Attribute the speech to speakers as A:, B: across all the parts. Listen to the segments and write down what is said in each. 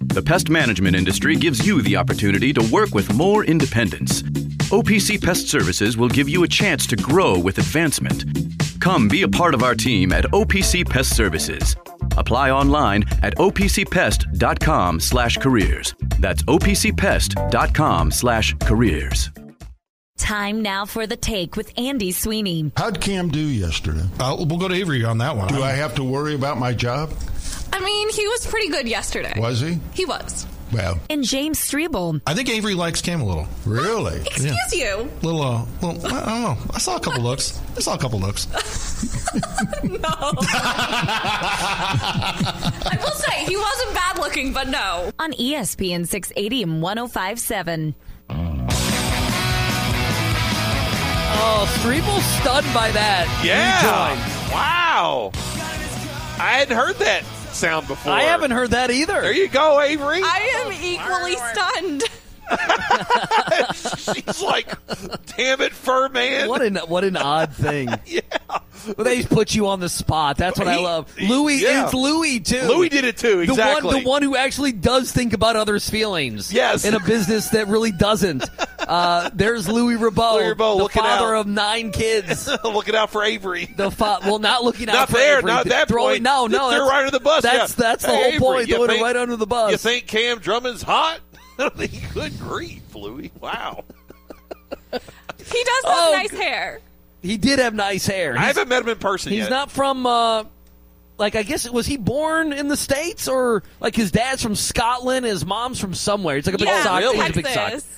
A: The pest management industry gives you the opportunity to work with more independence. OPC Pest Services will give you a chance to grow with advancement. Come be a part of our team at OPC Pest Services. Apply online at opcpest.com/careers. That's opcpest.com/careers.
B: Time now for the take with Andy Sweeney.
C: How'd Cam do yesterday?
D: Uh, we'll go to Avery on that one.
C: Do I have to worry about my job?
E: I mean, he was pretty good yesterday.
C: Was he?
E: He was.
C: Well,
B: And James Strebel.
D: I think Avery likes Cam a little.
C: really?
E: Excuse you.
D: Little, uh, little, I I don't know. I saw a couple looks. I saw a couple looks.
E: No. I will say, he wasn't bad looking, but no.
B: on E ESPN 680 and 1057.
F: Oh, Strebel stunned by that.
G: Yeah.
F: Rejoin.
G: Wow. I hadn't heard that sound before.
F: I haven't heard that either.
G: There you go, Avery.
E: I am equally stunned.
G: She's like, damn it, fur man.
F: What an what an odd thing. yeah. Well, they put you on the spot. That's what I
G: He-
F: love.
G: he-
F: Louis
G: yeah.
F: is Louis too.
G: Louis did it too,
F: The
G: exactly.
F: one, the one who actually does think about others' feelings.
G: Yes.
F: In a business that really doesn't. Uh, there's Louis Ribot,
G: Louis Ribot
F: the
G: looking
F: father
G: out.
F: of nine kids.
G: Looking out for Avery.
F: The fa- well, not looking out
G: Not
F: for
G: there,
F: Avery,
G: not
F: th-
G: that
F: throwing,
G: point.
F: No,
G: They
F: no,
G: threw
F: that's-
G: right under the bus,
F: That's
G: yeah.
F: that's the
G: Hey,
F: whole
G: Avery,
F: point.
G: you
F: Throwing it
G: think-
F: right under the bus.
G: You think Cam Drummond's hot? Good grief, Louie. Wow.
E: He does have
F: Oh,
E: nice
F: g-
E: hair.
F: he did have nice hair.
G: I
F: He's-
G: haven't met him in person
F: He's
G: yet.
F: not from uh like I guess was he born in the states or like his dad's from Scotland, his mom's from somewhere. He's like a big
E: yeah,
F: sock. He's a
E: Texas.
F: oh, big sock.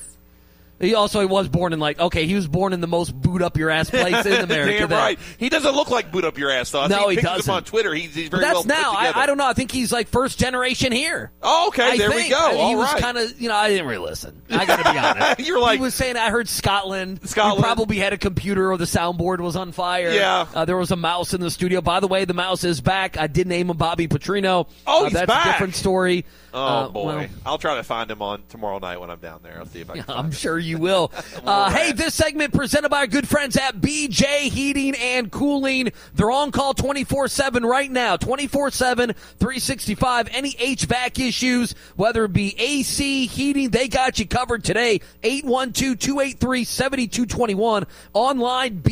F: He also he was born in like okay, he was born in the most boot up your ass place in America.
G: Damn
F: then.
G: right. He doesn't look like boot up your ass though. I
F: No,
G: see
F: he
G: pictures of
F: doesn't.
G: him on Twitter. He's, he's
F: But
G: very
F: that's
G: well
F: now.
G: Put
F: I,
G: together.
F: I don't know. I think he's like first generation here.
G: Oh, okay.
F: I
G: there we
F: think.
G: go.
F: I- he
G: All
F: was
G: right.
F: kind of, you know, I didn't really listen. I got to be honest.
G: You're like-
F: he was saying, I heard Scotland.
G: Scotland.
F: You probably had a computer or the soundboard was on fire.
G: Yeah.
F: Uh, there was a mouse in the studio. By the way, the mouse is back. I did name him Bobby Petrino.
G: Oh,
F: Uh,
G: he's
F: that's a
G: back.
F: different story.
G: Oh
F: Uh,
G: boy,
F: well,
G: I'll try to find him on tomorrow night when I'm down there. I'll see if I can. find
F: I'm
G: him.
F: sure you will. Uh, hey, this segment presented by our good friends at BJ Heating and Cooling. They're on call 24 7 right now, 24 7, 365. Any HVAC issues, whether it be AC, heating, they got you covered today. 812 283 7221. Online,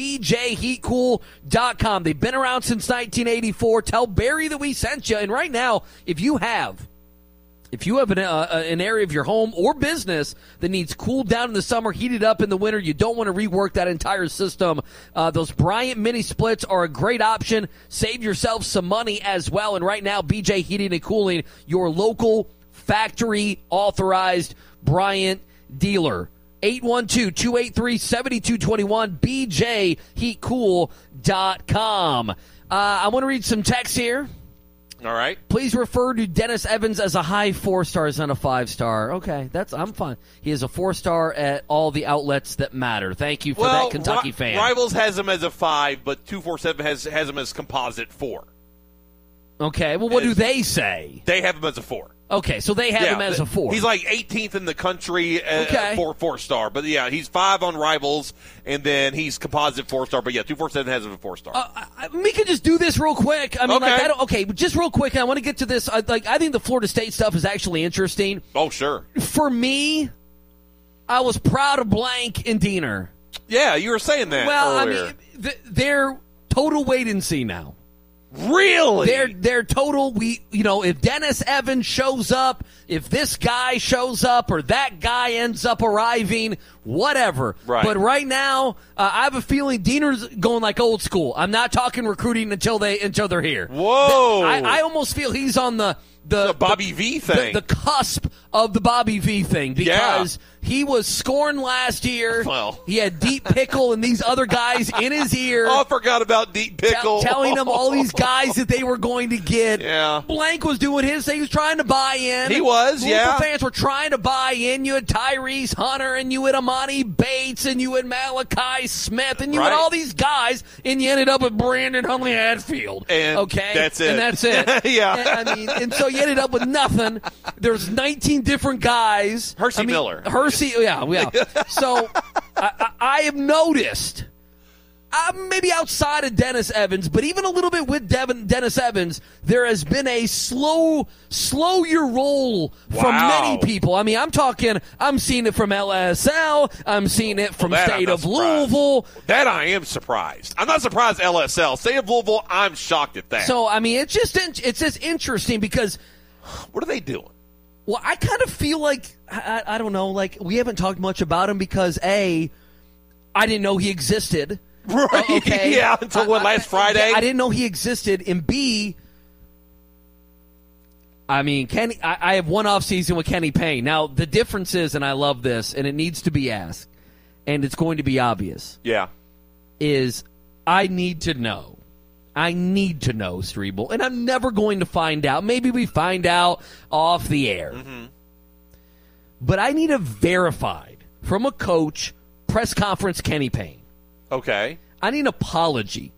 F: bjheatcool.com. They've been around since 1984. Tell Barry that we sent you. And right now, if you have. If you have an, uh, uh, an area of your home or business that needs cooled down in the summer, heated up in the winter, you don't want to rework that entire system. Uh, those Bryant mini splits are a great option. Save yourself some money as well. And right now, BJ Heating and Cooling, your local factory authorized Bryant dealer. 812-283-7221 bjheatcool.com. Uh, I want to read some text here.
G: All right.
F: Please refer to Dennis Evans as a high four star, is not a five star. Okay, that's I'm fine. He is a four star at all the outlets that matter. Thank you for
G: well,
F: that, Kentucky
G: Ri-
F: fan.
G: Rivals has him as a five, but two four seven has has him as composite four.
F: Okay, well, what do they say?
G: They have him as a four.
F: Okay, so they have him as a
G: th-
F: four.
G: He's like 18th in the country uh,
F: Okay.
G: for four star, but yeah, he's five on Rivals, and then he's composite four star. But yeah, two four seven has him as a four star.
F: I- we could just do this real quick. I mean, like,
G: Okay.
F: I don't, okay, but just real quick. I want to get to this. I, like, I think the Florida State stuff is actually interesting.
G: oh sure,
F: For me, I was proud of Blank and Diener.
G: yeah, you were saying that.
F: Well,
G: earlier.
F: I mean, th- they're total wait and see now.
G: really,
F: They're they're total. We you know if Dennis Evans shows up, if this guy shows up, or that guy ends up arriving, whatever.
G: Right.
F: But right now, uh, I have a feeling Diener's going like old school. I'm not talking recruiting until they until they're here.
G: Whoa.
F: I, I almost feel he's on the the
G: The Bobby V thing.
F: the, the cusp of the Bobby V thing because he was scoring last year.
G: Well.
F: He had deep pickle and these other guys in his ear.
G: Oh, I forgot about Deep
F: te-
G: Pickle.
F: telling them all these guys that they were going to get.
G: Yeah.
F: Blank was doing his thing. He was trying to buy in.
G: He was,
F: Louisville
G: yeah.
F: fans were trying to buy in. You had Tyrese Hunter, and you had Amani Bates, and you had Malachi Smith, and you
G: Right.
F: had all these guys, and you ended up with Brandon Hunley Hadfield.
G: And
F: okay,
G: that's it.
F: And that's it.
G: Yeah.
F: And, I mean, and so you ended up with nothing. There's 19 different guys.
G: Hersey
F: I mean,
G: Miller.
F: Hersey, yeah, yeah. so I, I, I have noticed uh, maybe outside of Dennis Evans, but even a little bit with Devin, Dennis Evans, there has been a slow, slow your roll from
G: Wow.
F: many people. I mean, I'm talking, I'm seeing it from LSL, I'm seeing it from
G: That I'm
F: State
G: not
F: of
G: surprised.
F: Louisville.
G: That I am surprised. I'm not surprised LSL. State of Louisville, I'm shocked at that.
F: So, I mean, it's just, in- it's just interesting because,
G: what are they doing?
F: well, I kind of feel like, I, I I don't know, like we haven't talked much about him because A, I didn't know he existed.
G: Right.
F: Uh, okay.
G: yeah, until what,
F: I-
G: last
F: I-
G: Friday?
F: yeah, I didn't know he existed. And B, I mean, Kenny, I, I have one off season with Kenny Payne. Now, the difference is, and I love this, and it needs to be asked, and it's going to be obvious,
G: yeah.
F: is I need to know. I need to know, Cerebral, and I'm never going to find out. Maybe we find out off the air.
G: Mm-hmm.
F: But I need a verified from a coach press conference Kenny Payne.
G: Okay.
F: I need an apology.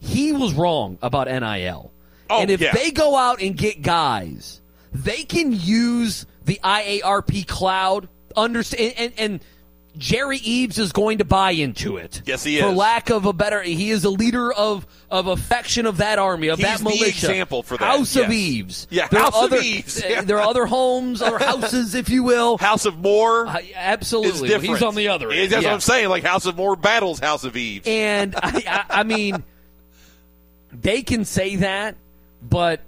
F: He was wrong about NIL.
G: Oh,
F: and if
G: yeah.
F: they go out and get guys, they can use the IARP cloud. Understand and, and Jerry Eves is going to buy into it.
G: Yes, he
F: For
G: is.
F: lack of a better, he is a leader of of a faction of that army of
G: He's
F: that
G: the
F: militia.
G: example for that,
F: House of
G: yes.
F: Eves.
G: Yeah,
F: there
G: House
F: are
G: of
F: other,
G: Eves,
F: uh,
G: yeah.
F: There are other homes, other houses, if you will.
G: House of Moore
F: Uh,
G: is
F: Absolutely,
G: different.
F: he's on the other.
G: Yeah,
F: end.
G: That's
F: Yeah.
G: what I'm saying. Like House of Moore battles House of Eve.
F: And I, I, I mean, they can say that, but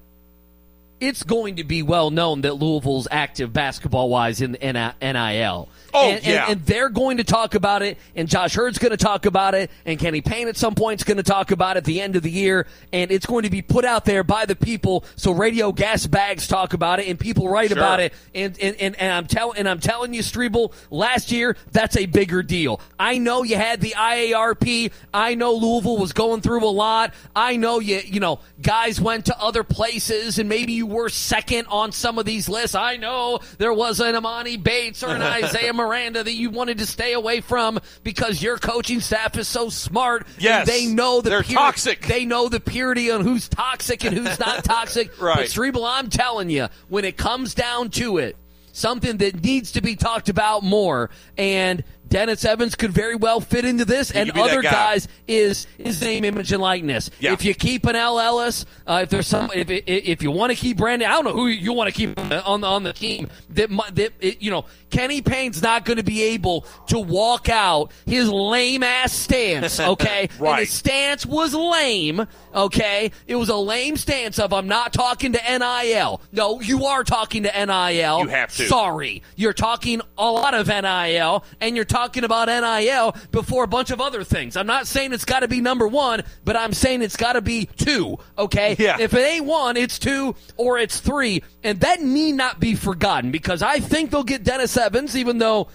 F: it's going to be well known that Louisville's active basketball wise in the NIL.
G: Oh,
F: and,
G: yeah.
F: and, and they're going to talk about it, and Josh Hurd's going to talk about it, and Kenny Payne at some point is going to talk about it at the end of the year, and it's going to be put out there by the people. So radio gas bags talk about it, and people write about it, and and, and, and I'm telling and I'm telling you, Strebel, last year that's a bigger deal. I know you had the IARP. I know Louisville was going through a lot. I know you you know guys went to other places, and maybe you were second on some of these lists. I know there was an Amani Bates or an Isaiah Miranda that you wanted to stay away from because your coaching staff is so smart. and
G: Yes.
F: they know the
G: They're
F: puri-
G: toxic.
F: They know the purity on who's toxic and who's not toxic.
G: Right.
F: But Cerebral, I'm telling you, when it comes down to it, something that needs to be talked about more, and Dennis Evans could very well fit into this, and
G: could be that
F: other
G: guy.
F: guys is his name, image, and likeness.
G: Yeah.
F: If you keep an L. Ellis, uh, if there's some, if if- if you want to keep Brandon, I don't know who you want to keep on the on the, on the team. That mu- that it, you know, Kenny Payne's not going to be able to walk out his lame ass stance. Okay, And
G: Right.
F: his stance was lame. Okay, it was a lame stance of I'm not talking to NIL. No, you are talking to NIL.
G: You have to.
F: Sorry, you're talking a lot of NIL, and you're talking about NIL before a bunch of other things. I'm not saying it's got to be number one, but I'm saying it's got to be two. Okay,
G: Yeah.
F: if it ain't one, it's two or it's three, and that need not be forgotten because I think they'll get Dennis Evans, even though.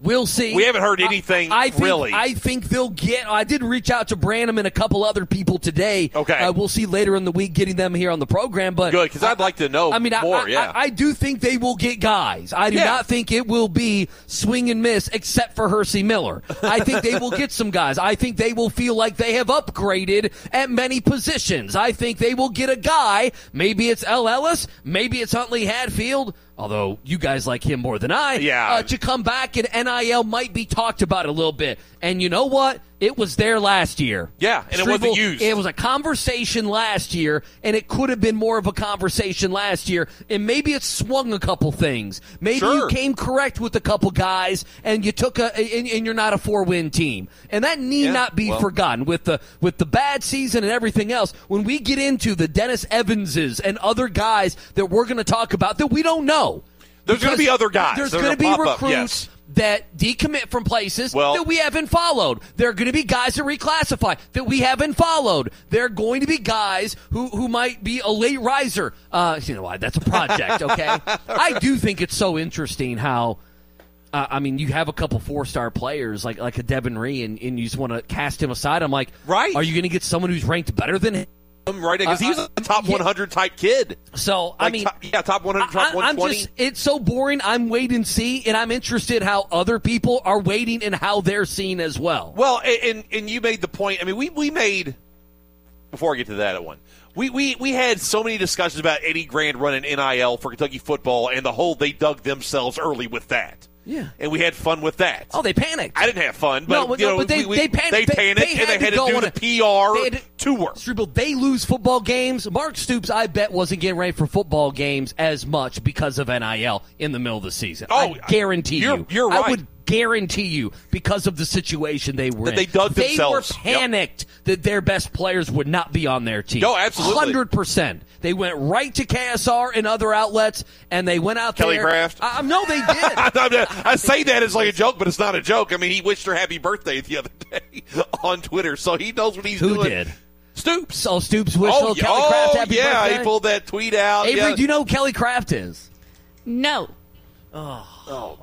F: We'll see.
G: We haven't heard anything,
F: I, I think,
G: really.
F: I think they'll get. I did reach out to Branham and a couple other people today.
G: Okay.
F: uh, we'll see later in the week getting them here on the program. But
G: Good, because I'd like to know
F: I mean, I-
G: more.
F: I,
G: yeah.
F: I, I do think they will get guys. I do
G: Yeah.
F: not think it will be swing and miss, except for Hersey Miller. I think they will get some guys. I think they will feel like they have upgraded at many positions. I think they will get a guy. Maybe it's L. Ellis. Maybe it's Huntley Hadfield. Although you guys like him more than I,
G: Yeah.
F: uh, to come back and NIL might be talked about a little bit. And you know what? It was there last year.
G: Yeah, and it wasn't
F: Struble,
G: used.
F: It was a conversation last year, and it could have been more of a conversation last year, and maybe it swung a couple things. Maybe you
G: Sure.
F: came correct with a couple guys, and you took a, and, and you're not a four win team, and that need
G: Yeah,
F: not be
G: well-
F: forgotten with the with the bad season and everything else. When we get into the Dennis Evanses and other guys that we're going to talk about that we don't know,
G: There's gonna
F: because
G: be other guys.
F: There's
G: They're
F: going to be
G: gonna pop up,
F: recruits
G: yes.
F: that decommit from places
G: Well-
F: that we haven't followed. There are going to be guys that reclassify that we haven't followed. There are going to be guys who, who might be a late riser. Uh, you know why? That's a project, okay? I do think it's so interesting how. Uh, I mean, you have a couple four star players like like a Devin Ree, and, and you just want to cast him aside. I'm like,
G: Right.
F: Are you going to get someone who's ranked better than him?
G: him right because he's
F: I-
G: a top
F: yeah.
G: 100 type kid.
F: So I
G: Like,
F: mean,
G: top- yeah, top 100, top
F: I- I'm
G: 120.
F: just, it's so boring. I'm wait and see, and I'm interested how other people are waiting and how they're seen as well.
G: Well, a- and and you made the point. I mean, we we made before I get to that at one. We, we we had so many discussions about Eddie Grand running NIL for Kentucky football and the whole they dug themselves early with that.
F: Yeah.
G: and we had fun with that.
F: Oh, they panicked.
G: I didn't have fun, but,
F: no, but,
G: you
F: no,
G: know,
F: but they,
G: we- we-
F: they panicked.
G: they panicked and they had to
F: go
G: do
F: on
G: the
F: a-
G: PR
F: they had
G: tour.
F: Struble, They lose football games. Mark Stoops, I bet, wasn't getting ready for football games as much because of NIL in the middle of the season.
G: Oh,
F: I guarantee
G: you're-
F: you.
G: you're
F: I
G: right.
F: would guarantee you because of the situation they were
G: That
F: in.
G: they dug themselves.
F: were
G: Yep.
F: panicked that their best players would not be on their team.
G: No, absolutely.
F: 100%. They went right to KSR and other outlets, and they went out
G: Kelly
F: there.
G: Kraft.
F: I, I- no, they did.
G: I, I- I say that as like a joke, but it's not a joke. I mean, he wished her happy birthday the other day on Twitter, so he knows what he's
F: Who
G: doing.
F: did?
G: Stoops?
F: So Stoops wished
G: oh,
F: oh,
G: yeah,
F: Kelly
G: oh,
F: Kraft happy
G: yeah,
F: birthday.
G: he pulled that tweet out.
F: Avery,
G: yeah.
F: do you know who Kelly Kraft is? Oh,
B: No.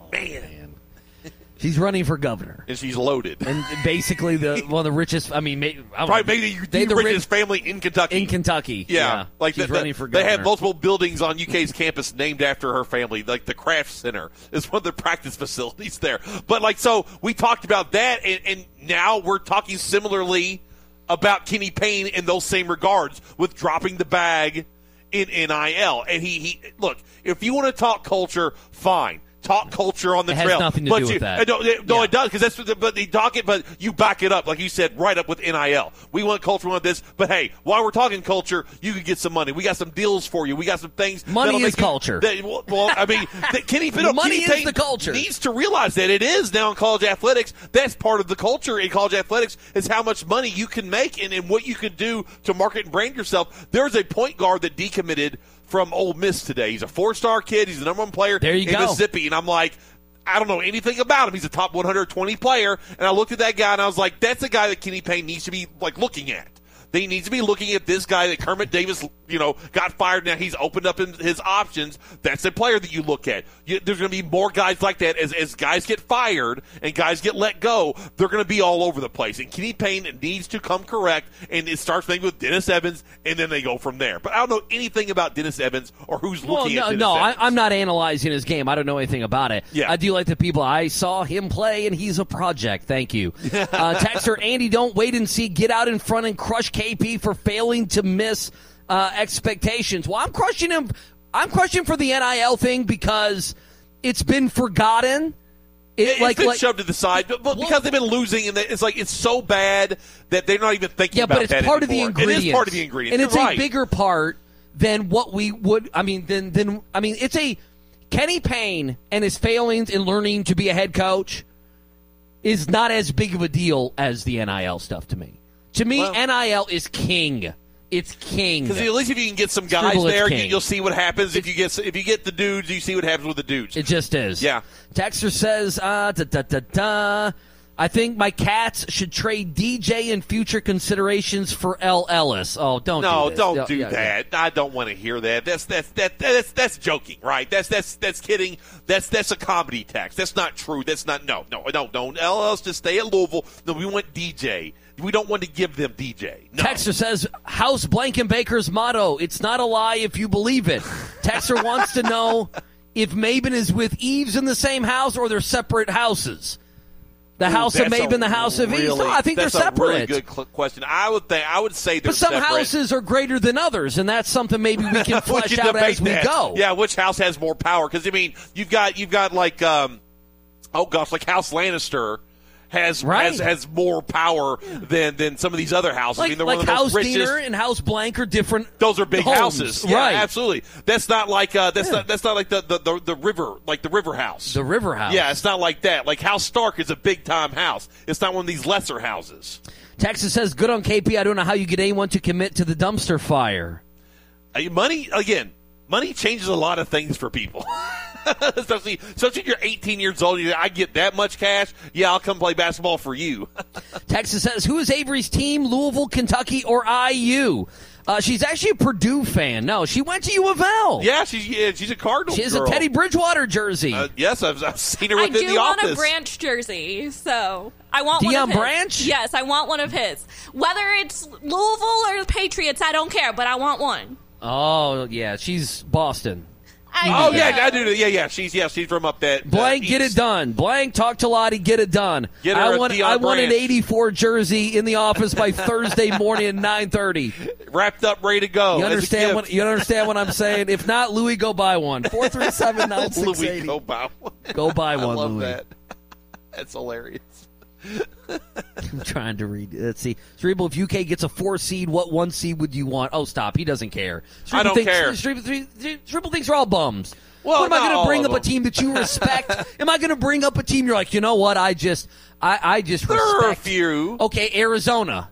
F: She's running for governor.
G: and she's loaded.
F: And basically, the one of the richest. I mean, may, I don't
G: Probably
F: know,
G: maybe
F: they
G: the,
F: rich-
G: richest family in Kentucky.
F: in Kentucky.
G: yeah. like
F: she's
G: the,
F: running for
G: they
F: governor.
G: have multiple buildings on UK's campus named after her family. Like the Kraft Center is one of the practice facilities there. But like, so we talked about that, and, and now we're talking similarly about Kenny Payne in those same regards with dropping the bag in NIL. And he, he look, if you want to talk culture, fine. Talk culture on the
F: It has
G: trail.
F: nothing to
G: but
F: do with
G: you-
F: that.
G: uh, No, it- no,
F: Yeah.
G: it does because that's what the, but they talk it, but you back it up, like you said, right up with NIL. We want culture, we want this, but hey, while we're talking culture, you could get some money. We got some deals for you. We got some things.
F: Money
G: that'll
F: is
G: make you-
F: culture.
G: that- well, well, I mean, that Kenny Piddle,
F: Money
G: Kenny
F: is
G: Payne
F: the culture.
G: Needs to realize that it is now in college athletics. That's part of the culture in college athletics is how much money you can make and, and what you can do to market and brand yourself. There's a point guard that decommitted from Ole Miss today. He's a four-star kid. He's the number one player
F: There you
G: in
F: go.
G: Mississippi, and I'm like. I don't know anything about him. He's a top 120 player, and I looked at that guy and I was like, "That's a guy that Kenny Payne needs to be like looking at. They need to be looking at this guy that Kermit Davis, you know, got fired. Now he's opened up in his options. That's a player that you look at. You, there's going to be more guys like that as as guys get fired and guys get let go. They're going to be all over the place. And Kenny Payne needs to come correct, and it starts maybe with Dennis Evans, and then they go from there. But I don't know anything about Dennis Evans or who's
F: Well,
G: looking
F: no,
G: at Dennis
F: no,
G: Evans.
F: I, I'm not analyzing his game. I don't know anything about it.
G: Yeah.
F: I do like the people I saw him play, and he's a project. Thank you, uh, texter Andy. Don't wait and see. Get out in front and crush KP for failing to miss uh, expectations. Well, I'm crushing him. I'm crushing for the NIL thing because it's been forgotten. It,
G: It's been shoved to the side, but, but
F: Well-
G: because they've been losing, and they- it's like it's so bad that they're not even thinking
F: Yeah,
G: about
F: but it's
G: that
F: part
G: anymore.
F: of the ingredients.
G: It is part of the ingredients,
F: and it's
G: You're
F: a
G: right.
F: bigger part than what we would. I mean, than than I mean, it's a Kenny Payne and his failings in learning to be a head coach is not as big of a deal as the NIL stuff to me. To me,
G: Well-
F: NIL is king. It's king.
G: Because at least if you can get some guys
F: Scribble, it's
G: there, you,
F: king.
G: you'll see what happens. If you get if you get the dudes, you see what happens with the dudes.
F: It just is.
G: Yeah.
F: Texter says, uh, da, da, da, da. I think my cats should trade DJ in future considerations for L. Ellis. Oh, don't
G: no,
F: do this.
G: not
F: Yeah,
G: do
F: yeah, yeah.
G: that. I don't want to hear that. That's that's that, that's that's joking, right? That's that's that's kidding. That's that's a comedy tax. That's not true. That's not no no no no. LLs just stay at Louisville. No, we want DJ. We don't want to give them DJ. No.
F: Texter says House Blankenbaker's motto: "It's not a lie if you believe it." Texter wants to know if Maben is with Eves in the same house or they're separate houses. The house of
G: That's a
F: Maben, the house of Eves.
G: really-
F: No, I think they're
G: that's
F: separate.
G: A really good cl- question. I would think. I would say they're
F: but some
G: separate.
F: houses are greater than others, and that's something maybe we can
G: We
F: flesh
G: can
F: out
G: debate
F: as we
G: that.
F: go.
G: Yeah, which house has more power? Because I mean, you've got you've got like um, oh gosh, like House Lannister. Has,
F: Right.
G: has has more power than than some of these other houses. I
F: like,
G: mean, they're
F: like
G: one of the
F: House
G: most richest.
F: Diener and House Blank are different.
G: those are big
F: homes.
G: houses, Yeah,
F: right?
G: Absolutely. That's not like uh, that's not that's not like the, the, the, the river like the river house.
F: The River House.
G: yeah, it's not like that. Like House Stark is a big time house. It's not one of these lesser houses.
F: Texas says, "Good on KP." I don't know how you get anyone to commit to the dumpster fire.
G: Uh, Money again. money changes a lot of things for people. especially, especially if you're 18 years old, you I get that much cash. Yeah, I'll come play basketball for you.
F: Texas says, "Who is Avery's team? Louisville, Kentucky, or IU?" Uh, she's actually a Purdue fan. No, she went to U of L.
G: yeah, she's yeah, she's a Cardinal.
F: she has
G: girl.
F: a Teddy Bridgewater jersey.
G: Uh, yes, I've, I've seen her
E: I
G: within
E: do
G: the
E: want
G: office.
E: a branch jersey, so I want
F: Deion
E: one of his.
F: Branch?
E: Yes, I want one of his. Whether it's Louisville or the Patriots, I don't care, but I want one.
F: oh yeah, she's Boston.
E: I
G: Oh yeah, I do. Yeah, yeah, she's yeah, she's from up that.
F: Blank,
G: that
F: get it
G: east.
F: done. Blank, talk to Lottie, get it done.
G: Get her
F: I
G: a
F: want,
G: Deion
F: I want an
G: Branch.
F: '84 jersey in the office by Thursday morning at 9:30.
G: Wrapped up, ready to go.
F: You
G: Oh, as a
F: understand
G: gift.
F: what you understand what I'm saying? If not, Louis, go buy one. Four three seven nine
G: Oh, Louis Cobau.
F: Go buy
G: I
F: one,
G: love
F: Louis.
G: that. That's hilarious.
F: I'm trying to read. Let's see. Cerebral, if UK gets a four seed, what one seed would you want? Oh, stop. He doesn't care. Cerebral
G: I don't
F: thinks,
G: care.
F: Cerebral, Cerebral- Cerebral thinks we're all bums.
G: Well,
F: what am I
G: not
F: going
G: all
F: to bring up
G: of
F: a
G: them.
F: team that you respect? am I going to bring up a team you're like, you know what? I just, I, I just
G: There
F: respect.
G: are a few.
F: Okay, Arizona.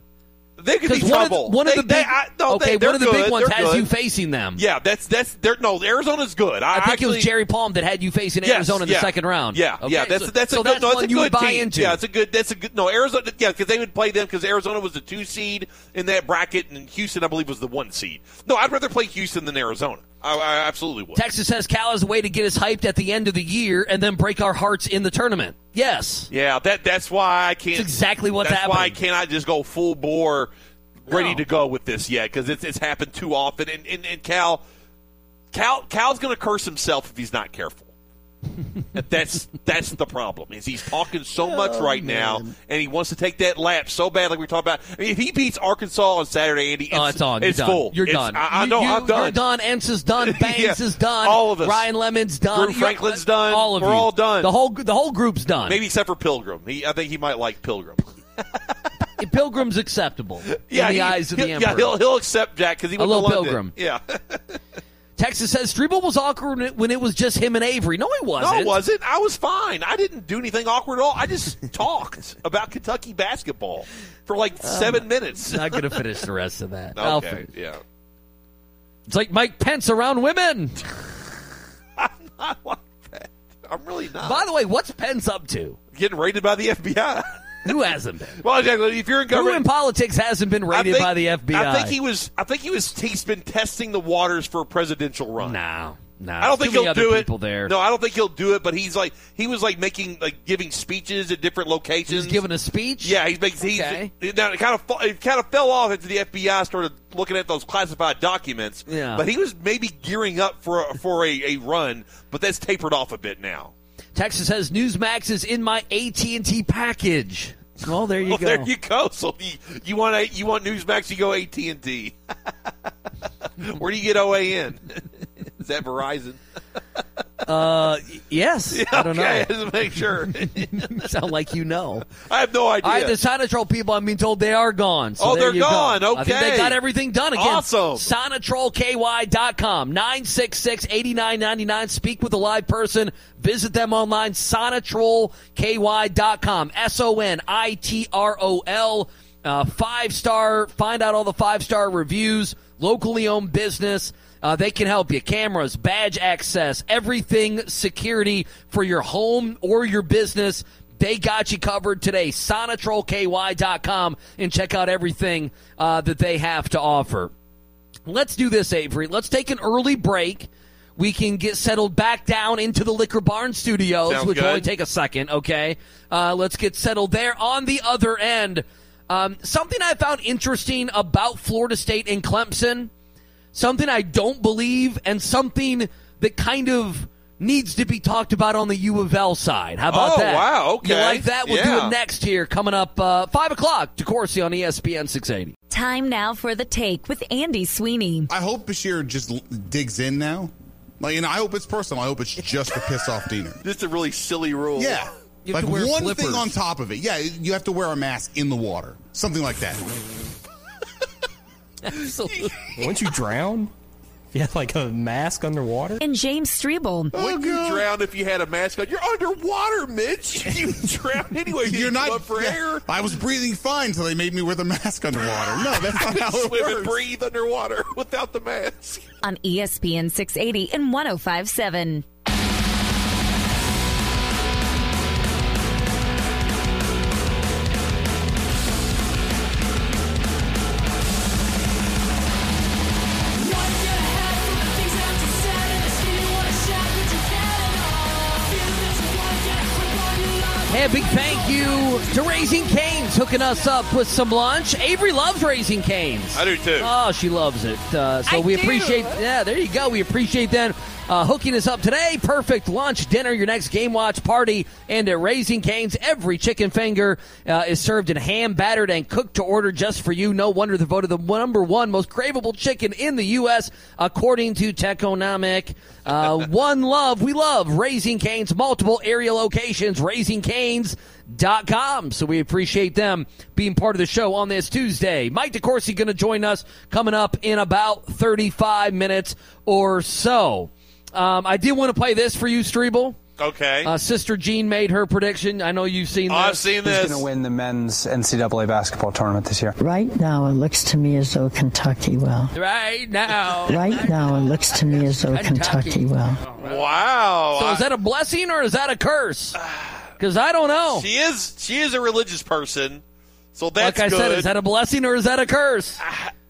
G: They could be
F: Because one, of the-
G: trouble.
F: one of
G: They-
F: the big,
G: they- I- no,
F: okay,
G: they,
F: one of the
G: they're
F: big
G: good.
F: ones
G: They're
F: has
G: good.
F: you facing them.
G: Yeah, that's that's they're no Arizona's good. I,
F: I think it
G: actually-
F: was Jerry Palm that had you facing
G: Yes,
F: Arizona in the
G: yeah.
F: second round.
G: Yeah,
F: Okay,
G: yeah, that's
F: so,
G: that's
F: so
G: a good,
F: that's
G: no, that's
F: one
G: a
F: you
G: good
F: would buy
G: team.
F: into.
G: Yeah, it's a good that's a good no Arizona. Yeah, because they would play them because Arizona was the two seed in that bracket, and Houston I believe was the one seed. No, I'd rather play Houston than Arizona. I, I absolutely would.
F: Texas has Cal as a way to get us hyped at the end of the year and then break our hearts in the tournament. Yes.
G: Yeah, that that's why I can't.
F: That's exactly what's
G: that's why I
F: happened.
G: cannot just go full bore, ready
F: No.
G: to go with this yet because it's it's happened too often. And and, and Cal, Cal, Cal's going to curse himself if he's not careful. that's that's the problem is he's talking so
F: Oh,
G: much right now and he wants to take that lap so bad like we talked about. I mean, if he beats Arkansas on Saturday, Andy, it's,
F: oh, it's on.
G: It's
F: you're
G: full.
F: Done. You're
G: It's-
F: done.
G: I, I
F: You-
G: know.
F: you-
G: I'm done.
F: You're done. Ents is done. Banks
G: Yeah.
F: is done.
G: All of us.
F: Ryan Lemon's done.
G: Drew
F: You're-
G: Franklin's done.
F: All of
G: We're
F: you.
G: all done.
F: The whole the whole group's done.
G: Maybe except for Pilgrim. He, I think he might like Pilgrim.
F: Pilgrim's acceptable in the
G: he-
F: eyes of the
G: he'll-
F: emperor.
G: Yeah, he'll he'll accept Jack because he went
F: little
G: to London.
F: pilgrim.
G: Yeah,
F: Texas says Strebel was awkward when it- when it was just him and Avery. No, it wasn't.
G: no, it wasn't. I was fine. I didn't do anything awkward at all. I just talked about Kentucky basketball for like seven minutes.
F: Um, Not going to finish the rest of that. I'll
G: Okay,
F: finish.
G: yeah.
F: It's like Mike Pence around women.
G: I like that. I'm really not
F: By the way, what's Pence up to?
G: getting raided by the FBI.
F: Who hasn't been?
G: well, Jack, if you're in
F: Who in
G: government.
F: politics hasn't been
G: I
F: raided
G: think-
F: by the FBI?
G: I think he was. I think he was. He's been testing the waters for a presidential run.
F: No, no.
G: I don't think
F: Too many other
G: he'll do it.
F: people There,
G: No, I don't think he'll do it. But he's like he was like making like giving speeches at different locations.
F: he's giving a speech.
G: Yeah, he's making. He's,
F: Okay.
G: Now it kind of fu- it kind of fell off after the FBI started looking at those classified documents.
F: Yeah.
G: but he was maybe gearing up for a, for a, a run, but that's tapered off a bit now.
F: Texas has Newsmax is in my AT and T package. Well, there you
G: Well,
F: go.
G: Oh, there you go. So you, you want a, you want Newsmax? You go AT and T. Where do you get OAN? Is that Verizon?
F: uh, yes, I don't
G: okay, just make sure.
F: know. Sound like you know.
G: I have no idea.
F: All right, the Sonatrol people, I'm being told they are gone. So
G: Oh,
F: there
G: they're
F: you go.
G: gone.
F: I think they
G: Okay.
F: got everything done again.
G: Awesome.
F: Sonatrolky.com, 966-8999. Speak with a live person. Visit them online, sonatrolky.com, S-O-N-I-T-R-O-L. Uh, five star, find out all the five star reviews, locally owned business. Uh, they can help you. Cameras, badge access, everything security for your home or your business. They got you covered today. Sonatrolky.com and check out everything uh, that they have to offer. Let's do this, Avery. Let's take an early break. We can get settled back down into the Liquor Barn Studios,
G: Sounds
F: which will
G: good.
F: only take a second, okay? Uh, let's get settled there. On the other end, um, something I found interesting about Florida State and Clemson, something I don't believe, and something that kind of needs to be talked about on the U of L side. How about
G: Oh,
F: that?
G: wow,
F: You
G: okay.
F: like that? We'll do
G: Yeah.
F: it next here, coming up uh, 5 o'clock, DeCourcy on E ESPN 680.
B: Time now for the take with Andy Sweeney.
H: I hope Bashir just l- digs in now. Like, and I hope it's personal. I hope it's just to piss off Diener.
G: Just a really silly rule.
H: Yeah.
F: You have
H: like
F: to wear
H: one
F: flippers.
H: thing on top of it. Yeah, you have to wear a mask in the water. Something like that.
D: Won't you drown?
I: Yeah, like a mask underwater.
B: and James Strebel.
G: Wouldn't you drown if you had a mask on? You're underwater, Mitch. You drown anyway.
H: You're not
G: go up for
H: yeah,
G: air.
H: I was breathing fine until they made me wear the mask underwater. No, that's not how it
G: Swim and
H: works.
G: breathe underwater without the mask.
B: on E ESPN 680 and 1057.
F: Hey, a big thank you to Raising Canes hooking us up with some lunch. Avery loves Raising Canes.
G: I do too.
F: Oh, she loves it. Uh, so
E: I
F: we
E: do.
F: appreciate. Yeah, there you go. We appreciate them uh, hooking us up today. Perfect lunch, dinner, your next game watch party, and at Raising Canes, every chicken finger uh, is served in ham, battered, and cooked to order just for you. No wonder they're voted the number one most craveable chicken in the U.S. according to Techonomic. Uh, one love. We love Raising Canes. Multiple area locations. Raising Canes com. So we appreciate them being part of the show on this Tuesday. Mike DeCourcy going to join us coming up in about 35 minutes or so. Um, I did want to play this for you, Strebel.
G: Okay. Oh,
F: Uh, Sister Jean made her prediction. I know you've seen this.
G: I've seen this.
I: win the men's NCAA basketball tournament this year?
J: Right now, it looks to me as though Kentucky will.
F: Right now.
J: Right now, it looks to me as though
F: Kentucky.
J: Kentucky will.
G: Wow.
F: So is that a blessing or is that a curse? Because I don't know.
G: she is she is a religious person. So that's
F: Like I
G: good.
F: said, is that a blessing or is that a curse?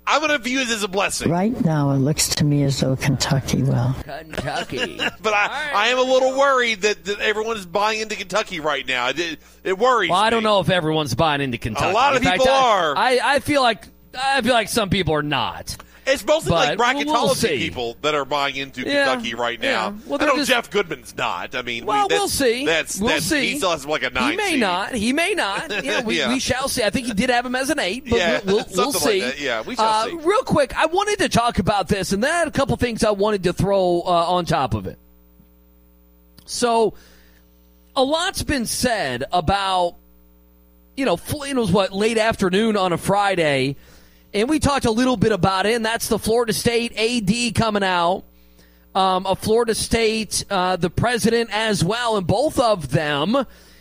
G: I'm going to view it as a blessing.
J: Right now, it looks to me as though Kentucky will.
F: Kentucky.
G: But I, I am a little worried that, that everyone is buying into Kentucky right now. It, it worries.
F: Well, I don't
G: me.
F: know if everyone's buying into Kentucky.
G: lot of
F: In fact,
G: people
F: I-
G: are.
F: I, I feel like I feel like some people are not.
G: It's mostly
F: But
G: like bracketology
F: we'll- we'll see.
G: people that are buying into
F: Yeah,
G: Kentucky right
F: yeah.
G: now.
F: Well,
G: I
F: they're
G: know
F: just-
G: Jeff Goodman's not. I mean,
F: Well,
G: we, that's-
F: we'll see.
G: That's
F: we'll
G: that's,
F: see.
G: He still has like a nine.
F: He may
G: seed.
F: not. He may not. Yeah, we,
G: Yeah.
F: we shall see. I think he did have him as an eight, but
G: Yeah,
F: we'll, we'll, we'll
G: something
F: see.
G: like that. Yeah, we shall
F: Uh,
G: see.
F: Real quick, I wanted to talk about this, and then I had a couple things I wanted to throw uh, on top of it. So, a lot's been said about, you know, fl- it was what late afternoon on a Friday, and we talked a little bit about it, and that's the Florida State AD coming out um, of Florida State, uh, the president as well, and both of them,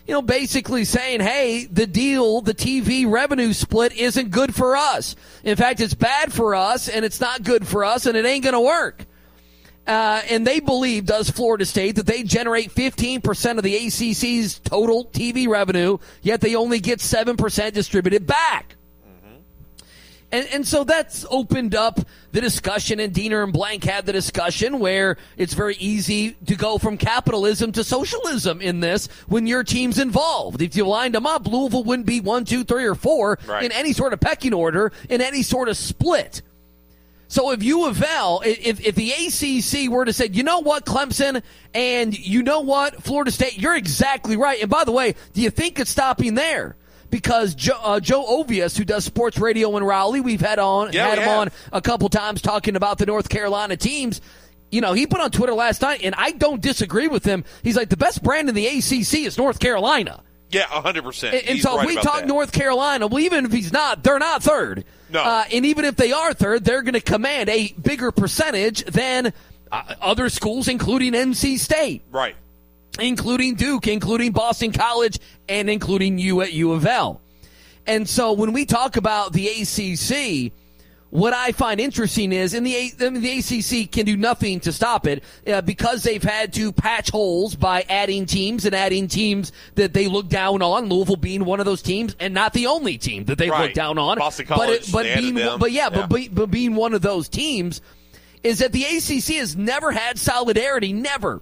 F: you know, basically saying, hey, the deal, the TV revenue split isn't good for us. In fact, it's bad for us, and it's not good for us, and it ain't going to work. Uh, and they believe, does Florida State, that they generate 15% of the ACC's total TV revenue, yet they only get 7% distributed back. And, and so that's opened up the discussion, and Diener and Blank had the discussion where it's very easy to go from capitalism to socialism in this when your team's involved. If you lined them up, Louisville wouldn't be one, two, three, or four
G: Right.
F: in any sort of pecking order, in any sort of split. So if U of L, if, if the ACC were to say, you know what, Clemson, and you know what, Florida State, you're exactly right. And by the way, do you think it's stopping there? Because Joe, uh, Joe Ovius, who does sports radio in Raleigh, we've had on
G: Yeah,
F: had
G: we
F: him
G: have.
F: on a couple times talking about the North Carolina teams. You know, he put on Twitter last night, and I don't disagree with him. He's like, the best brand in the ACC is North Carolina.
G: Yeah, hundred percent.
F: And, and so if we talk
G: that.
F: North Carolina, well, even if he's not, they're not third.
G: No.
F: Uh, and even if they are third, they're going to command a bigger percentage than uh, other schools, including NC State,
G: Right.
F: including Duke, including Boston College, and including you at U of L. And so when we talk about the ACC, what I find interesting is, and the, A- I mean, the ACC can do nothing to stop it uh, because they've had to patch holes by adding teams and adding teams that they look down on. Louisville being one of those teams, and not the only team that they look
G: Right.
F: down on.
G: Boston
F: but
G: College,
F: but
G: they added
F: being,
G: them.
F: but yeah,
G: Yeah.
F: But, be, but being one of those teams is that the ACC has never had solidarity, never.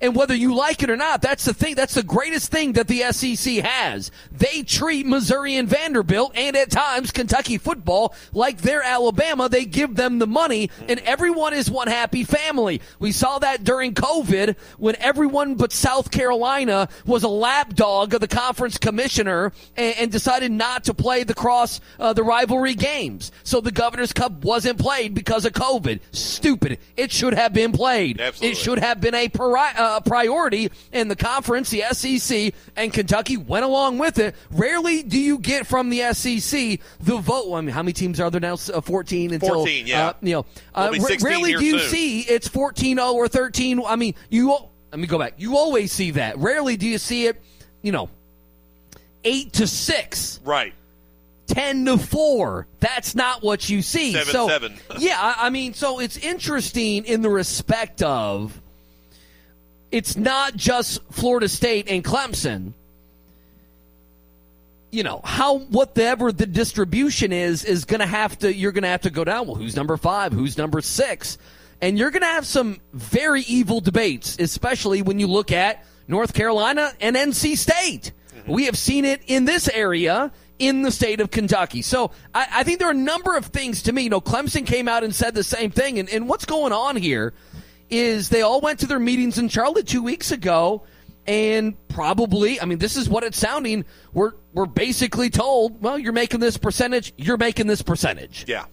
F: And whether you like it or not, that's the thing. That's the greatest thing that the SEC has. They treat Missouri and Vanderbilt and at times Kentucky football like they're Alabama. They give them the money and everyone is one happy family. We saw that during COVID when everyone but South Carolina was a lapdog of the conference commissioner and, and decided not to play the cross, uh, the rivalry games. So the Governor's Cup wasn't played because of COVID. Stupid. It should have been played.
G: Absolutely.
F: It should have been a, pari- uh, uh, priority in the conference, the SEC, and Kentucky went along with it. Rarely do you get from the SEC the vote. I mean, how many teams are there now? S- uh, 14 until
G: 14, yeah.
F: uh, you know,
G: We'll
F: uh,
G: be
F: ra-
G: 16
F: rarely
G: here
F: do you
G: soon.
F: see it's 14-0 or 13. I mean, you al- let me go back. You always see that. Rarely do you see it, you know, 8 to 6.
G: Right.
F: 10 to 4. That's not what you see.
G: Seven,
F: so,
G: seven.
F: yeah, I, I mean, so it's interesting in the respect of it's not just Florida State and Clemson. You know, how whatever the distribution is is going to have to you're going to have to go down, well, who's number 5, who's number 6? And you're going to have some very evil debates, especially when you look at North Carolina and NC State. We have seen it in this area in the state of Kentucky. So I, I think there are a number of things to me. You know, Clemson came out and said the same thing. And, and what's going on here is they all went to their meetings in Charlotte two weeks ago. And probably, I mean, this is what it's sounding. We're we're basically told, well, you're making this percentage, you're making this percentage
G: Yeah.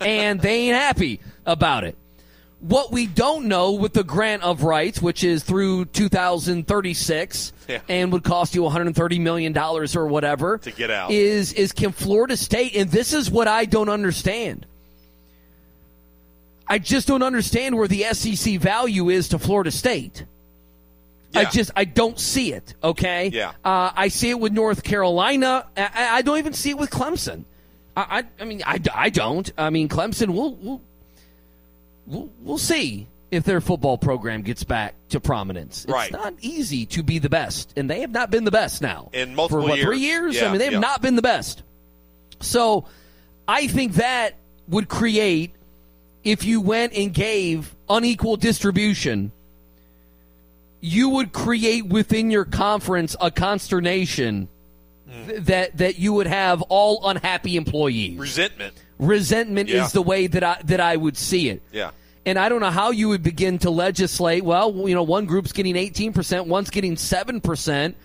F: and they ain't happy about it. What we don't know with the grant of rights, which is through 2036
G: Yeah.
F: and would cost you 130 million dollars or whatever
G: To get out.
F: is is can Florida State and this is what I don't understand. I just don't understand where the SEC value is to Florida State. I
G: Yeah.
F: just I don't see it. Okay.
G: Yeah.
F: Uh, I see it with North Carolina. I- I, I don't even see it with Clemson. I I, I mean I, I don't. I mean Clemson. We'll, we'll we'll we'll see if their football program gets back to prominence.
G: Right.
F: It's not easy to be the best, and they have not been the best now
G: In multiple
F: for what three
G: years.
F: years.
G: Yeah,
F: I mean they have
G: yeah.
F: not been the best. So I think that would create if you went and gave unequal distribution you would create within your conference a consternation
G: Hmm.
F: th- that that you would have all unhappy employees.
G: Resentment.
F: Resentment
G: Yeah.
F: is the way that I that I would see it.
G: Yeah.
F: And I don't know how you would begin to legislate. Well, you know, one group's getting 18%, one's getting 7%.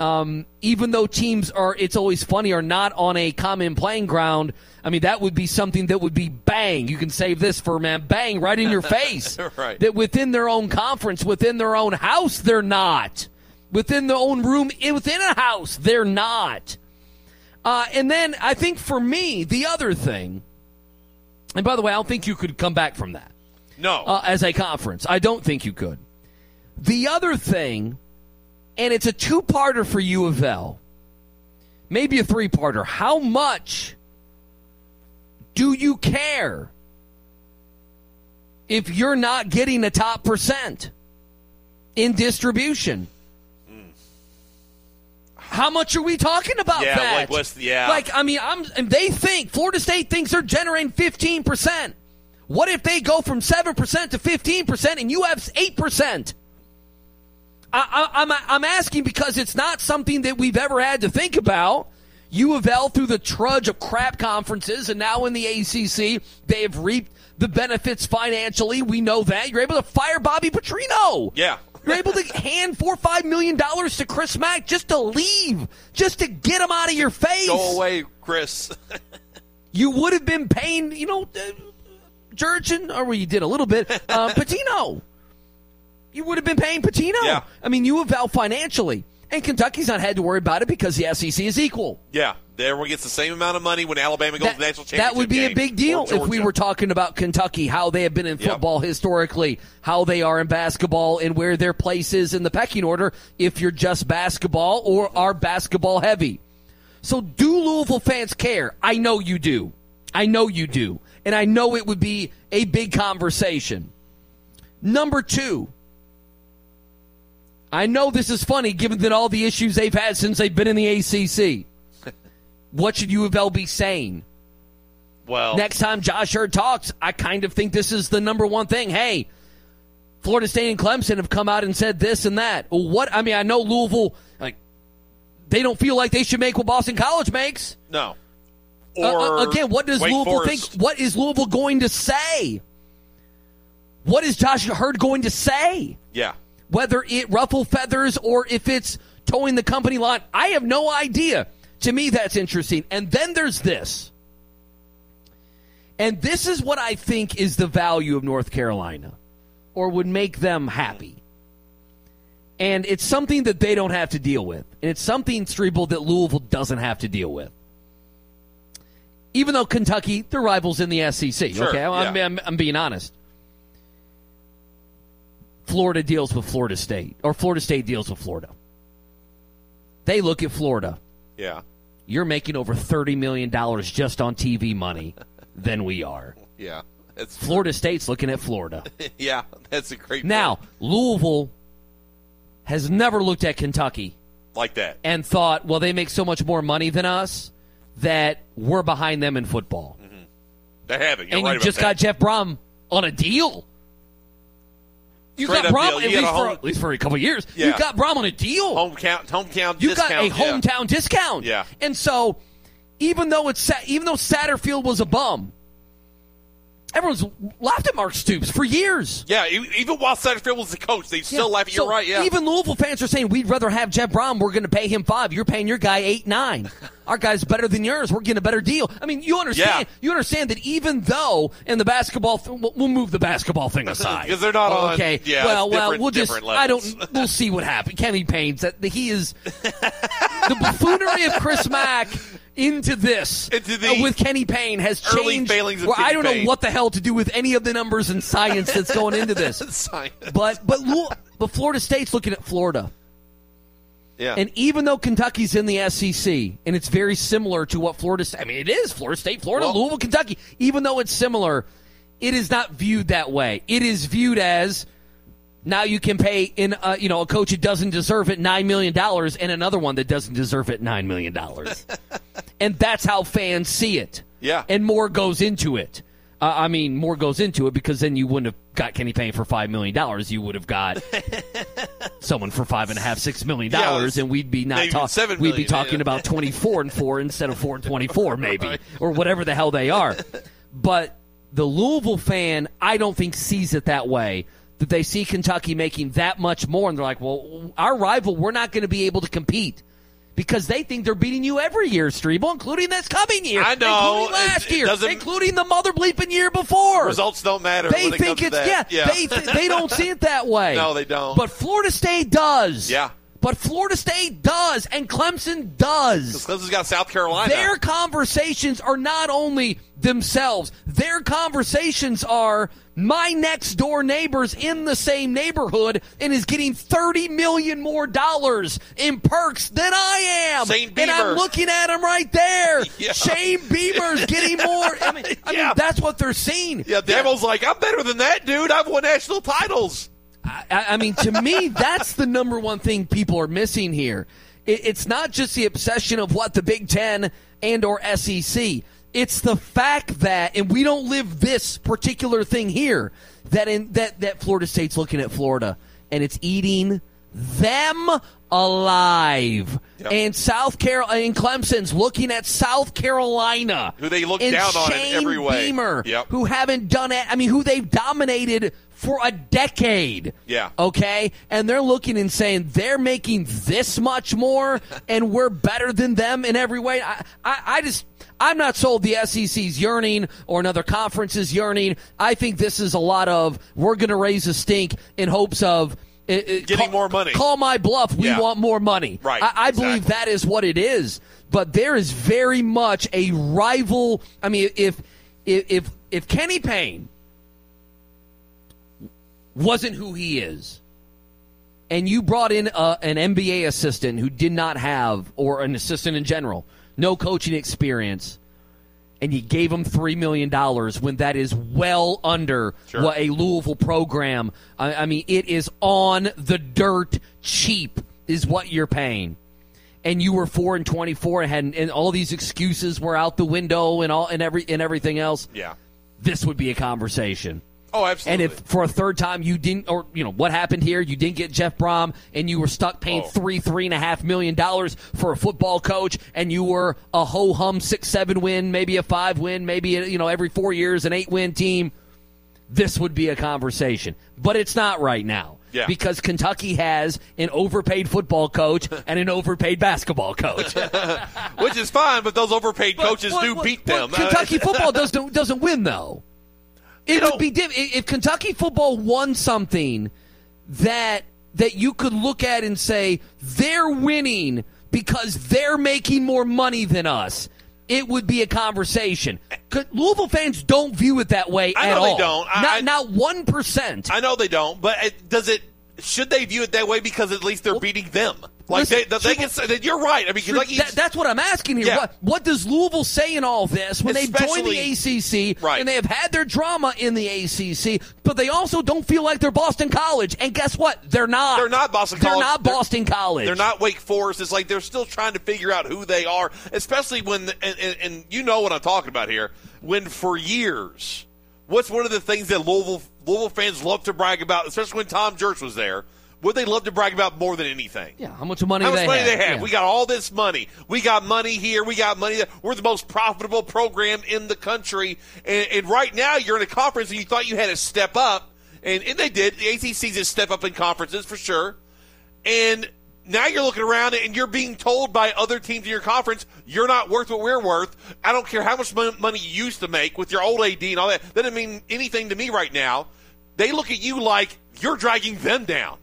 F: Um, even though teams are, it's always funny, are not on a common playing ground. I mean, that would be something that would be bang. You can save this for, man, bang, right in your face.
G: Right.
F: That within their own conference, within their own house, they're not. Within their own room, i- within a house, they're not. Uh, and then I think for me, the other thing, and by the way, I don't think you could come back from that
G: No.
F: uh, as a conference. I don't think you could. The other thing, and it's a two parter for U of L, maybe a three parter. How much do you care if you're not getting a top percent in distribution? How much are we talking about
G: Yeah,
F: that?
G: like what's- yeah.
F: Like, I mean, I'm. and They think Florida State thinks they're generating 15 percent. What if they go from seven percent to 15 percent and you have eight percent? I, I, I'm I'm asking because it's not something that we've ever had to think about. U of L through the trudge of crap conferences and now in the ACC, they have reaped the benefits financially. We know that you're able to fire Bobby Petrino.
G: Yeah.
F: You're able to hand four or five million dollars to Chris Mack just to leave, just to get him out of your face.
G: Go away, Chris.
F: You would have been paying, you know, uh, Jurgen, or well, you did a little bit, uh, Patino. You would have been paying Patino.
G: Yeah.
F: I mean, you have out financially, and Kentucky's not had to worry about it because the SEC is equal.
G: yeah. Everyone gets the same amount of money when Alabama goes to the national championship.
F: that would be
G: game,
F: a big
G: or
F: deal if we
G: Georgia.
F: were talking about Kentucky, how they have been in
G: Yep.
F: football historically, how they are in basketball, and where their place is in the pecking order if you're just basketball or are basketball heavy. So, do Louisville fans care? I know you do. I know you do. And I know it would be a big conversation. Number two, I know this is funny given that all the issues they've had since they've been in the ACC. What should U of L be saying?
G: Well,
F: Next time Josh Hurd talks, I kind of think this is the number one thing. Hey, Florida State and Clemson have come out and said this and that. What I mean, I know Louisville like they don't feel like they should make what Boston College makes.
G: no.
F: Uh, uh,
G: Or
F: again, what does
G: Wake
F: Louisville
G: Forest.
F: think? What is Louisville going to say? What is Josh Hurd going to say?
G: Yeah.
F: whether it ruffle feathers or if it's towing the company line. I have no idea. To me, that's interesting. And then there's this. And this is what I think is the value of North Carolina or would make them happy. And it's something that they don't have to deal with. And it's something, Strebel, that Louisville doesn't have to deal with. Even though Kentucky, their rivals in the SEC.
K: Sure,
F: okay, I'm,
K: yeah.
F: I'm, I'm being honest. Florida deals with Florida State, or Florida State deals with Florida. They look at Florida.
G: Yeah.
F: You're making over $30 million just on TV money than we are.
G: Yeah. That's
F: Florida State's looking at Florida.
G: yeah, that's a great
F: Now, Louisville has never looked at Kentucky
G: like that.
F: and thought, well, they make so much more money than us that we're behind them in football.
G: They haven't. Mm-hmm. You're
F: and
G: right
F: you
G: about
F: just
G: that.
F: got Jeff Brom on a deal. You
G: Straight
F: got
G: up
F: Brom
G: deal.
F: at,
G: You
F: least
G: got a
F: for,
G: home-
F: at least for a couple years.
G: Yeah.
F: You got Brom on a deal.
G: Home count, hometown
F: You
G: discount.
F: got a hometown discount.
G: Yeah.
F: And so, even though it's Sa- even though Satterfield was a bum, everyone's laughed at Mark Stoops for years.
G: Yeah, e- even while Satterfield was the coach, they still laugh at you.
F: So
G: You're right, yeah.
F: Even Louisville fans are saying we'd rather have Jeff Brom. We're going to pay him five. You're paying your guy eight nine. Our guy's better than yours. We're getting a better deal. I mean, you understand. You understand that even though in the basketball, th- we'll we'll move the basketball thing aside
G: 'Cause they're not on-
F: Okay.
G: yeah,
F: well,
G: it's
F: well,
G: different-
F: we'll just.
G: different
F: I
G: levels.
F: don't. We'll see what happens. Kenny Payne's that he is the buffoonery of Chris Mack into this uh, with Kenny Payne has
G: early
F: changed.
G: failings of
F: where I
G: Kenny
F: don't
G: Payne.
F: know what the hell to do with any of the numbers and science that's going into this.
G: science.
F: But but Lu- but Florida State's looking at Florida.
G: Yeah.
F: And even though Kentucky's in the SEC, and it's very similar to what Florida State, I mean, it is Florida State, Florida, Louisville, Kentucky. Even though it's similar, it is not viewed that way. It is viewed as now you can pay in uh, you know a coach who doesn't deserve it nine million dollars and another one that doesn't deserve it nine million dollars, and that's how fans see it.
G: Yeah.
F: and more goes into it. Uh, I mean, more goes into it because then you wouldn't have got Kenny Payne for five million dollars. You would have got someone for five and a half, six million dollars, and we'd be
G: maybe
F: not
G: even seven
F: talking. We'd be
G: million,
F: talking
G: yeah.
F: about twenty four and four instead of four and twenty four, maybe or whatever the hell they are. But the Louisville fan, I don't think sees it that way. That they see Kentucky making that much more, and they're like, "Well, our rival, we're not going to be able to compete." Because they think they're beating you every year, Strebel, including this coming year,
G: I know.
F: including last
G: It- it
F: year,
G: doesn't-
F: including the mother bleeping year before.
G: Results don't matter
F: They
G: when it
F: think
G: comes
F: it's
G: to that.
F: yeah.
G: Yeah.
F: They th- they don't see it that way.
G: No, they don't.
F: But Florida State does.
G: Yeah.
F: But Florida State does, and Clemson does.
G: Clemson's got South Carolina.
F: Their conversations are not only themselves, their conversations are my next door neighbor's in the same neighborhood and is getting 30 million more dollars in perks than I am.
G: Shane
F: And I'm
G: Bieber.
F: looking at him right there.
G: Yeah.
F: Shane Bieber's getting more. I mean, I mean,
G: Yeah.
F: that's what they're seeing.
G: yeah, Devil's like, I'm better than that, dude. I've won national titles.
F: I, I mean, to me, that's the number one thing people are missing here. It, it's not just the obsession of what the Big Ten and or SEC. It's the fact that, and we don't live this particular thing here. That in that that Florida State's looking at Florida, and it's eating them alive. And South Carolina, and Clemson's looking at South Carolina,
G: Who they look
F: and
G: down on in
F: Shane
G: every way.
F: Beamer,
G: Yep.
F: who haven't done it. I mean, who they've dominated for a decade.
G: Yeah.
F: Okay? And they're looking and saying they're making this much more and we're better than them in every way. I, I, I just, I'm not sold the SEC's yearning or another conference's yearning. I think this is a lot of we're going to raise a stink in hopes of. Getting
G: more money.
F: Call my bluff. We
G: Yeah.
F: want more money.
G: Right,
F: I, I believe
G: exactly.
F: that is what it is. But there is very much a rival. I mean, if if if, if Kenny Payne wasn't who he is, and you brought in a, an MBA assistant who did not have, or an assistant in general, no coaching experience, and you gave him $3 million when that is well under what a Louisville program. I, I mean, it is on the dirt cheap, is what you're paying. And you were four and twenty four, and had and all these excuses were out the window, and all and every and everything else.
G: Yeah.
F: this would be a conversation.
G: Oh, absolutely.
F: And if for a third time you didn't, or you know what happened here, you didn't get Jeff Brom, and you were stuck paying
G: Oh.
F: three, three and a half million dollars for a football coach, and you were a ho hum six, seven win, maybe a five win, maybe you know every four years an eight win team. This would be a conversation, but it's not right now.
K: Yeah.
F: Because Kentucky has an overpaid football coach and an overpaid basketball coach.
G: Which is fine, but those overpaid
F: But
G: coaches
F: what-
G: do
F: what-
G: beat
F: what
G: them.
F: Kentucky football doesn't doesn't win though. It would be diff- i- if Kentucky football won something that that you could look at and say they're winning because they're making more money than us, it would be a conversation. 'Cause Louisville fans don't view it that way
G: I
F: at
G: know they
F: all.
G: don't. I-
F: not
G: I-
F: not one percent.
G: I know they don't, but it, does it? Should they view it that way because at least they're beating them? Like
F: Listen,
G: they, they
F: Triple-
G: can say that you're right. I mean,
F: Sure,
G: Kentucky's-
F: that- that's what I'm asking here.
G: Yeah.
F: What, what does Louisville say in all this when they join
G: Especially-
F: the ACC
G: Right.
F: and they have had their drama in the ACC, but they also don't feel like they're Boston College? And guess what? They're not.
G: They're not Boston
F: They're
G: College.
F: not Boston College.
G: They're not Wake Forest. It's like they're still trying to figure out who they are, especially when, and, and, and you know what I'm talking about here, when for years, what's one of the things that Louisville, Louisville fans love to brag about, especially when Tom Jerks was there? What they love to brag about more than anything?
F: Yeah, how much money
G: How much
F: they
G: money
F: have.
G: they have?
F: Yeah.
G: We got all this money. We got money here. We got money there. We're the most profitable program in the country. And, and right now, you're in a conference and you thought you had to step up, and, and they did. The ACC did step up in conferences for sure. And now you're looking around and you're being told by other teams in your conference you're not worth what we're worth. I don't care how much mon- money you used to make with your old AD and all that. That doesn't mean anything to me right now. They look at you like you're dragging them down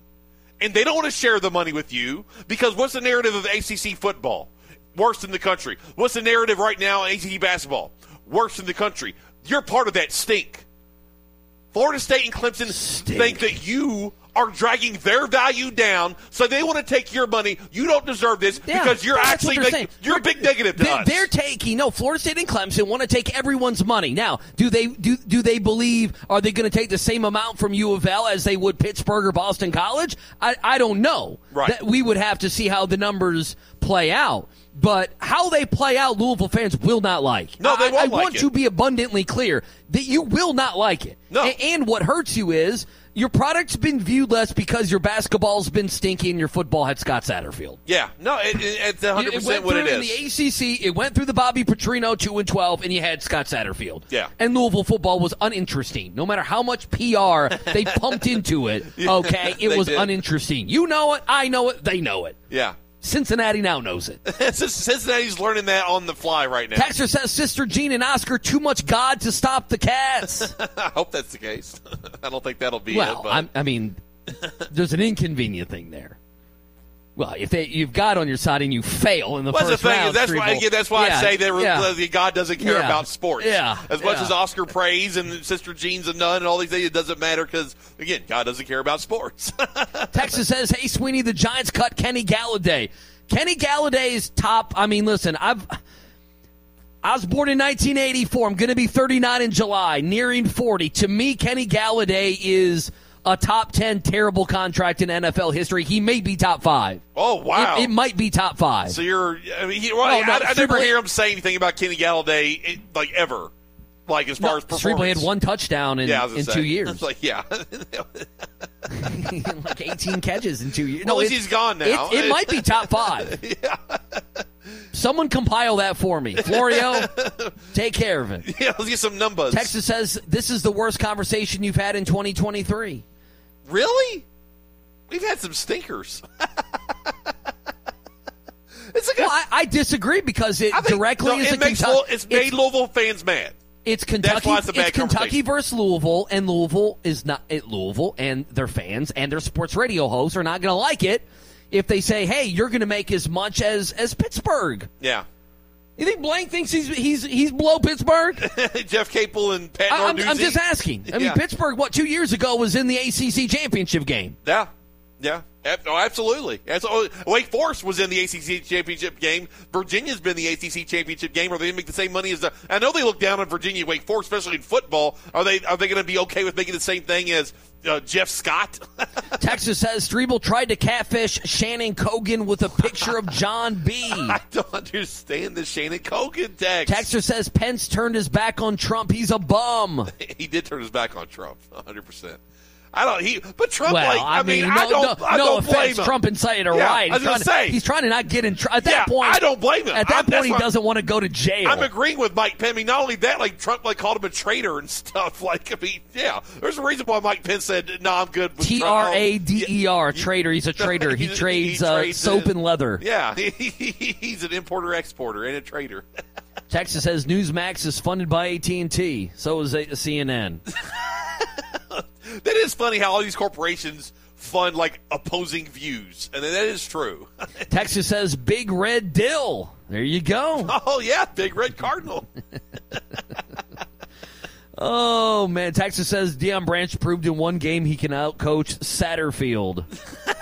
G: and they don't want to share the money with you because what's the narrative of ACC football? Worst in the country. What's the narrative right now in ACC basketball? Worst in the country. You're part of that stink. Florida State and Clemson think that you are dragging their value down, so they want to take your money. You don't deserve this
F: Yeah,
G: because you're
F: that's what
G: actually
F: they're
G: making,
F: saying.
G: you're a big negative to
F: They-
G: us.
F: They're taking no Florida State and Clemson want to take everyone's money. Now, do they do do they believe are they going to take the same amount from U of L as they would Pittsburgh or Boston College? I, I don't know.
G: Right.
F: That we would have to see how the numbers play out. But how they play out, Louisville fans will not like.
G: No, they
F: I- I,
G: won't like
F: want
G: it.
F: to be abundantly clear that you will not like it.
G: No.
F: A- And, what hurts you is your product's been viewed less because your basketball's been stinky and your football had Scott Satterfield.
G: yeah, no, it, it, it's 100
F: It went
G: percent what
F: through
G: it
F: in
G: is.
F: the ACC. It went through the Bobby Petrino two and twelve, and you had Scott Satterfield.
G: Yeah.
F: and Louisville football was uninteresting. No matter how much PR they pumped into it,
G: Yeah,
F: okay, it
G: they
F: was
G: did.
F: uninteresting. You know it. I know it. They know it.
G: yeah,
F: Cincinnati now knows it.
G: Cincinnati's learning that on the fly right now.
F: Texter says Sister Jean and Oscar too much God to stop the cats.
G: I hope that's the case. I don't think that'll be it.
F: well,
G: But.
F: I'm, I mean, there's an inconvenient thing there. Well, if they, you've got on your side and you fail in the
G: Well,
F: first
G: that's the thing.
F: round,
G: is that's
F: three
G: why.
F: ball-
G: yeah, that's why
F: Yeah,
G: I say that re-
F: yeah.
G: the God doesn't care
F: Yeah.
G: about sports.
F: Yeah,
G: As much
F: yeah.
G: as Oscar prays and Sister Jean's a nun and all these things, it doesn't matter because again, God doesn't care about sports.
F: Texas says, "Hey Sweeney, the Giants cut Kenny Galladay. Kenny Galladay's top. I mean, listen, I've I was born in 1984. I'm going to be 39 in July, nearing 40. To me, Kenny Galladay is a top 10 terrible contract in NFL history. He may be top five.
G: oh wow!
F: It, it might be top five.
G: so you're. I, mean, he, well,
F: Oh, no,
G: I, I never
F: Stribling-
G: hear him say anything about Kenny Galladay it, like ever. Like as far as
F: Streetway
G: performance.
F: had one touchdown in,
G: yeah, I was gonna
F: in
G: say.
F: two years,
G: like yeah,
F: like 18 catches in two years.
G: Well, at least
F: it's-
G: he's gone now.
F: It, it might be top five. Someone compile that for me, Florio. take care of it.
G: yeah. Let's get some numbers.
F: Texas says this is the worst conversation you've had in 2023.
G: Really? We've had some stinkers. it's like a
F: Well, I, I disagree because it
G: I think-
F: directly
G: no,
F: is
G: it
F: a
G: makes
F: Kentuck-
G: Lou- it's made
F: it's,
G: Louisville fans mad.
F: it's
G: that's
F: Kentucky.
G: why it's a bad
F: it's Kentucky
G: conversation.
F: versus Louisville, and Louisville is not at Louisville, and their fans and their sports radio hosts are not going to like it if they say, "Hey, you're going to make as much as as Pittsburgh."
G: Yeah.
F: You think Blank thinks he's he's he's below Pittsburgh?
G: Jeff Capel and Pat
F: I, am
G: Narduzzi.
F: I'm just asking. I mean,
G: Yeah.
F: Pittsburgh, what two years ago was in the ACC championship game?
G: Yeah. Yeah. Ab- Oh, absolutely. That's- oh, Wake Forest was in the ACC championship game. Virginia's been in the ACC championship game. Are they going to make the same money as the? I know they look down on Virginia, Wake Forest, especially in football. Are they? Are they going to be okay with making the same thing as uh, Jeff Scott?
F: Texas says Strebel tried to catfish Shannon Cogan with a picture of John B.
G: I don't understand the Shannon Cogan text.
F: Texas says Pence turned his back on Trump. He's a bum.
G: he did turn his back on Trump, 100. percent I don't. He, but Trump.
F: well,
G: like,
F: I, mean,
G: I
F: no,
G: don't.
F: no,
G: I
F: no
G: don't blame
F: offense,
G: him.
F: Trump incited a
G: Yeah,
F: riot.
G: I was
F: He's
G: gonna
F: trying to
G: say.
F: he's trying to not get in. Tr- at that
G: Yeah,
F: point,
G: I don't blame him.
F: At that
G: I'm- that's
F: point, he
G: why-
F: doesn't want to go to jail.
G: I'm agreeing with Mike Pence. I mean, not only that, like Trump, like called him a traitor and stuff. Like, I mean, yeah, there's a reason why Mike Pence said, "No, I'm good." With
F: T
G: Trump." Oh,
F: R A D E R traitor. He's a traitor. He
G: He- he
F: trades,
G: trades
F: uh, soap
G: it.
F: and leather.
G: Yeah, he's an importer exporter and a traitor.
F: Texas says Newsmax is funded by AT and T. So is uh, CNN.
G: that is funny how all these corporations fun, like opposing views, and that is true.
F: Texas says Big Red Dill. There you go.
G: Oh yeah, Big Red Cardinal.
F: Oh man, Texas says Deion Branch proved in one game he can outcoach Satterfield.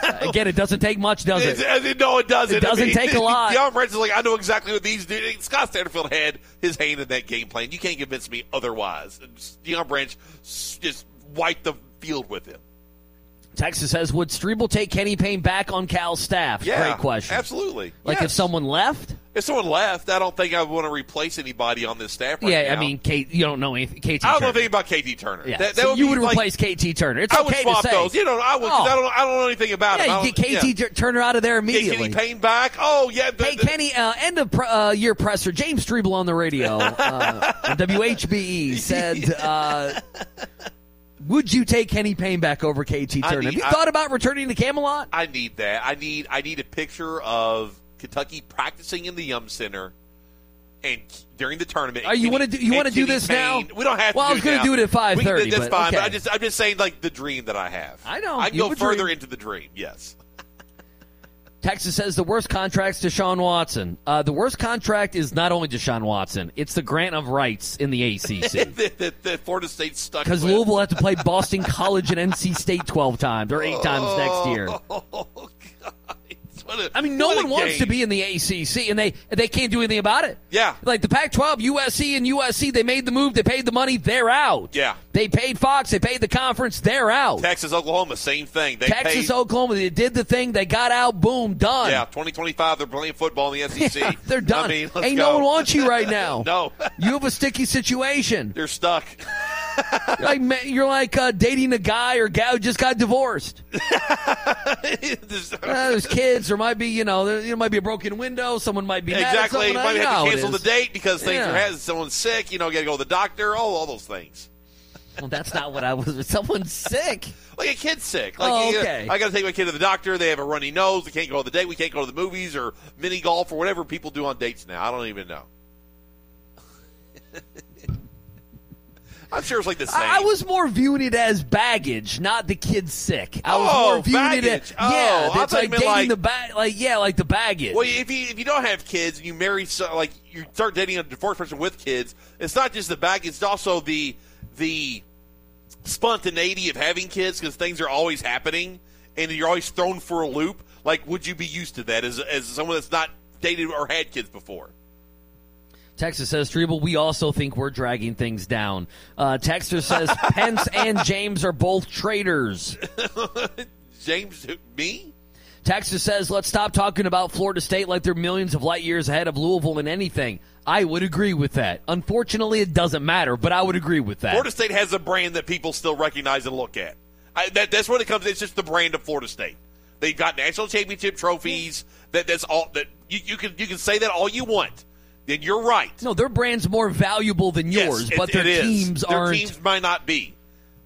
F: Uh, Again, it doesn't take much, does it?
G: It's- uh, no, it doesn't.
F: It doesn't
G: I mean,
F: take a lot.
G: Deion Branch is like, I know exactly what these do. Scott Satterfield had his hand in that game plan. You can't convince me otherwise. Deion Branch s- just wiped the field with him.
F: Texas says, would Strebel take Kenny Payne back on Cal's staff?
G: Yeah,
F: Great question.
G: Absolutely.
F: Like if
G: Yes.
F: someone left?
G: if someone left, I don't think I would want to replace anybody on this staff. Right
F: yeah, I
G: now.
F: mean, Kate, you don't know anything. KT
G: I don't know
F: Turner.
G: anything about KT Turner.
F: Yeah.
G: That, that
F: So
G: would
F: you
G: be
F: would
G: like-
F: replace KT Turner. It's
G: I would
F: okay
G: swap
F: to say. Oh.
G: those. You know, I would. 'cause I don't. I don't know anything about
F: yeah,
G: him.
F: you get KT
G: yeah.
F: Tur- Turner out of there
G: Get
F: immediately.
G: Kenny Payne back. Oh yeah. the-
F: Hey,
G: the-
F: Kenny, uh, end of pr- uh, year presser, James Strebel on the radio, uh, on WHBE, E said, uh, Would you take Kenny Payne back over KT Turner?
G: I
F: Have
G: need-
F: you
G: I-
F: thought about returning to Camelot?
G: I need that. I need I need a picture of Kentucky practicing in the Yum Center and k- during the tournament.
F: Oh, you
G: Kenny-
F: wanna do- you
G: and
F: wanna do
G: Kenny
F: this
G: Payne-
F: now?
G: We don't have.
F: Well,
G: to
F: I was gonna
G: now.
F: do it at
G: We can do-
F: 5:30,
G: That's
F: but
G: fine. But
F: okay.
G: I just I'm just saying like the dream that I have.
F: I know.
G: I can
F: You
G: go
F: have a
G: further
F: dream.
G: into the dream. Yes.
F: Texas says the worst contract's Deshaun Watson. Uh, the worst contract is not only Deshaun Watson, it's the grant of rights in the ACC.
G: that, that, that Florida State stuck
F: Because
G: with.
F: Louisville had to play Boston College and NC State 12 times or 8 times next
G: Oh.
F: year.
G: What a-
F: I mean, no
G: what a
F: one wants
G: game.
F: to be in the ACC, and they they can't do anything about it.
G: Yeah.
F: like the Pac-12, USC, and USC, they made the move, they paid the money, they're out.
G: Yeah.
F: they paid Fox, they paid the conference, they're out.
G: Texas, Oklahoma, same thing. They
F: Texas,
G: paid,
F: Oklahoma, they did the thing, they got out, boom, done.
G: yeah, 2025, they're playing football in the SEC.
F: They're done.
G: I mean, let's
F: Ain't
G: go.
F: no one wants you right now.
G: No.
F: you have a sticky situation.
G: They're stuck.
F: like man, you're like uh, dating a guy or gal who just got divorced.
G: This-
F: Uh, there's kids. There might be, you know, there, there might be a broken window. Someone might be mad at
G: exactly. You
F: someone.
G: might
F: You know
G: have
F: how
G: to
F: it
G: cancel the
F: is.
G: date because things
F: Yeah.
G: are has someone's sick. You know, got to go to the doctor. Oh, all those things.
F: Well, that's not what I was. Someone's sick.
G: Like a kid's sick. Like
F: Oh,
G: you gotta-
F: okay.
G: I got to take my kid to the doctor. They have a runny nose. They can't go to the date. We can't go to the movies or mini golf or whatever people do on dates now. I don't even know. I'm sure it's like the same.
F: I, I was more viewing it as baggage, not the kid's sick. I was
G: Oh,
F: more viewing it as
G: baggage. Oh, I
F: yeah,
G: thought
F: it's
G: you
F: like
G: meant
F: dating
G: like-
F: the bag, like yeah, like the baggage.
G: Well, if you if you don't have kids and you marry so, like you start dating a divorced person with kids, it's not just the baggage; it's also the the spontaneity of having kids because things are always happening and you're always thrown for a loop. Like, would you be used to that as as someone that's not dated or had kids before?
F: Texas says Strebel. We also think we're dragging things down. Uh, Texter says Pence and James are both traitors.
G: James, who- me?
F: Texas says let's stop talking about Florida State like they're millions of light years ahead of Louisville in anything. I would agree with that. Unfortunately, it doesn't matter, but I would agree with that.
G: Florida State has a brand that people still recognize and look at. I, that, that's what it comes. It's just the brand of Florida State. They've got national championship trophies. That that's all. That you, you can you can say that all you want. Then you're right.
F: no, their brand's more valuable than
G: Yes,
F: yours,
G: it-
F: but their
G: it is.
F: teams
G: their
F: aren't.
G: teams might not be.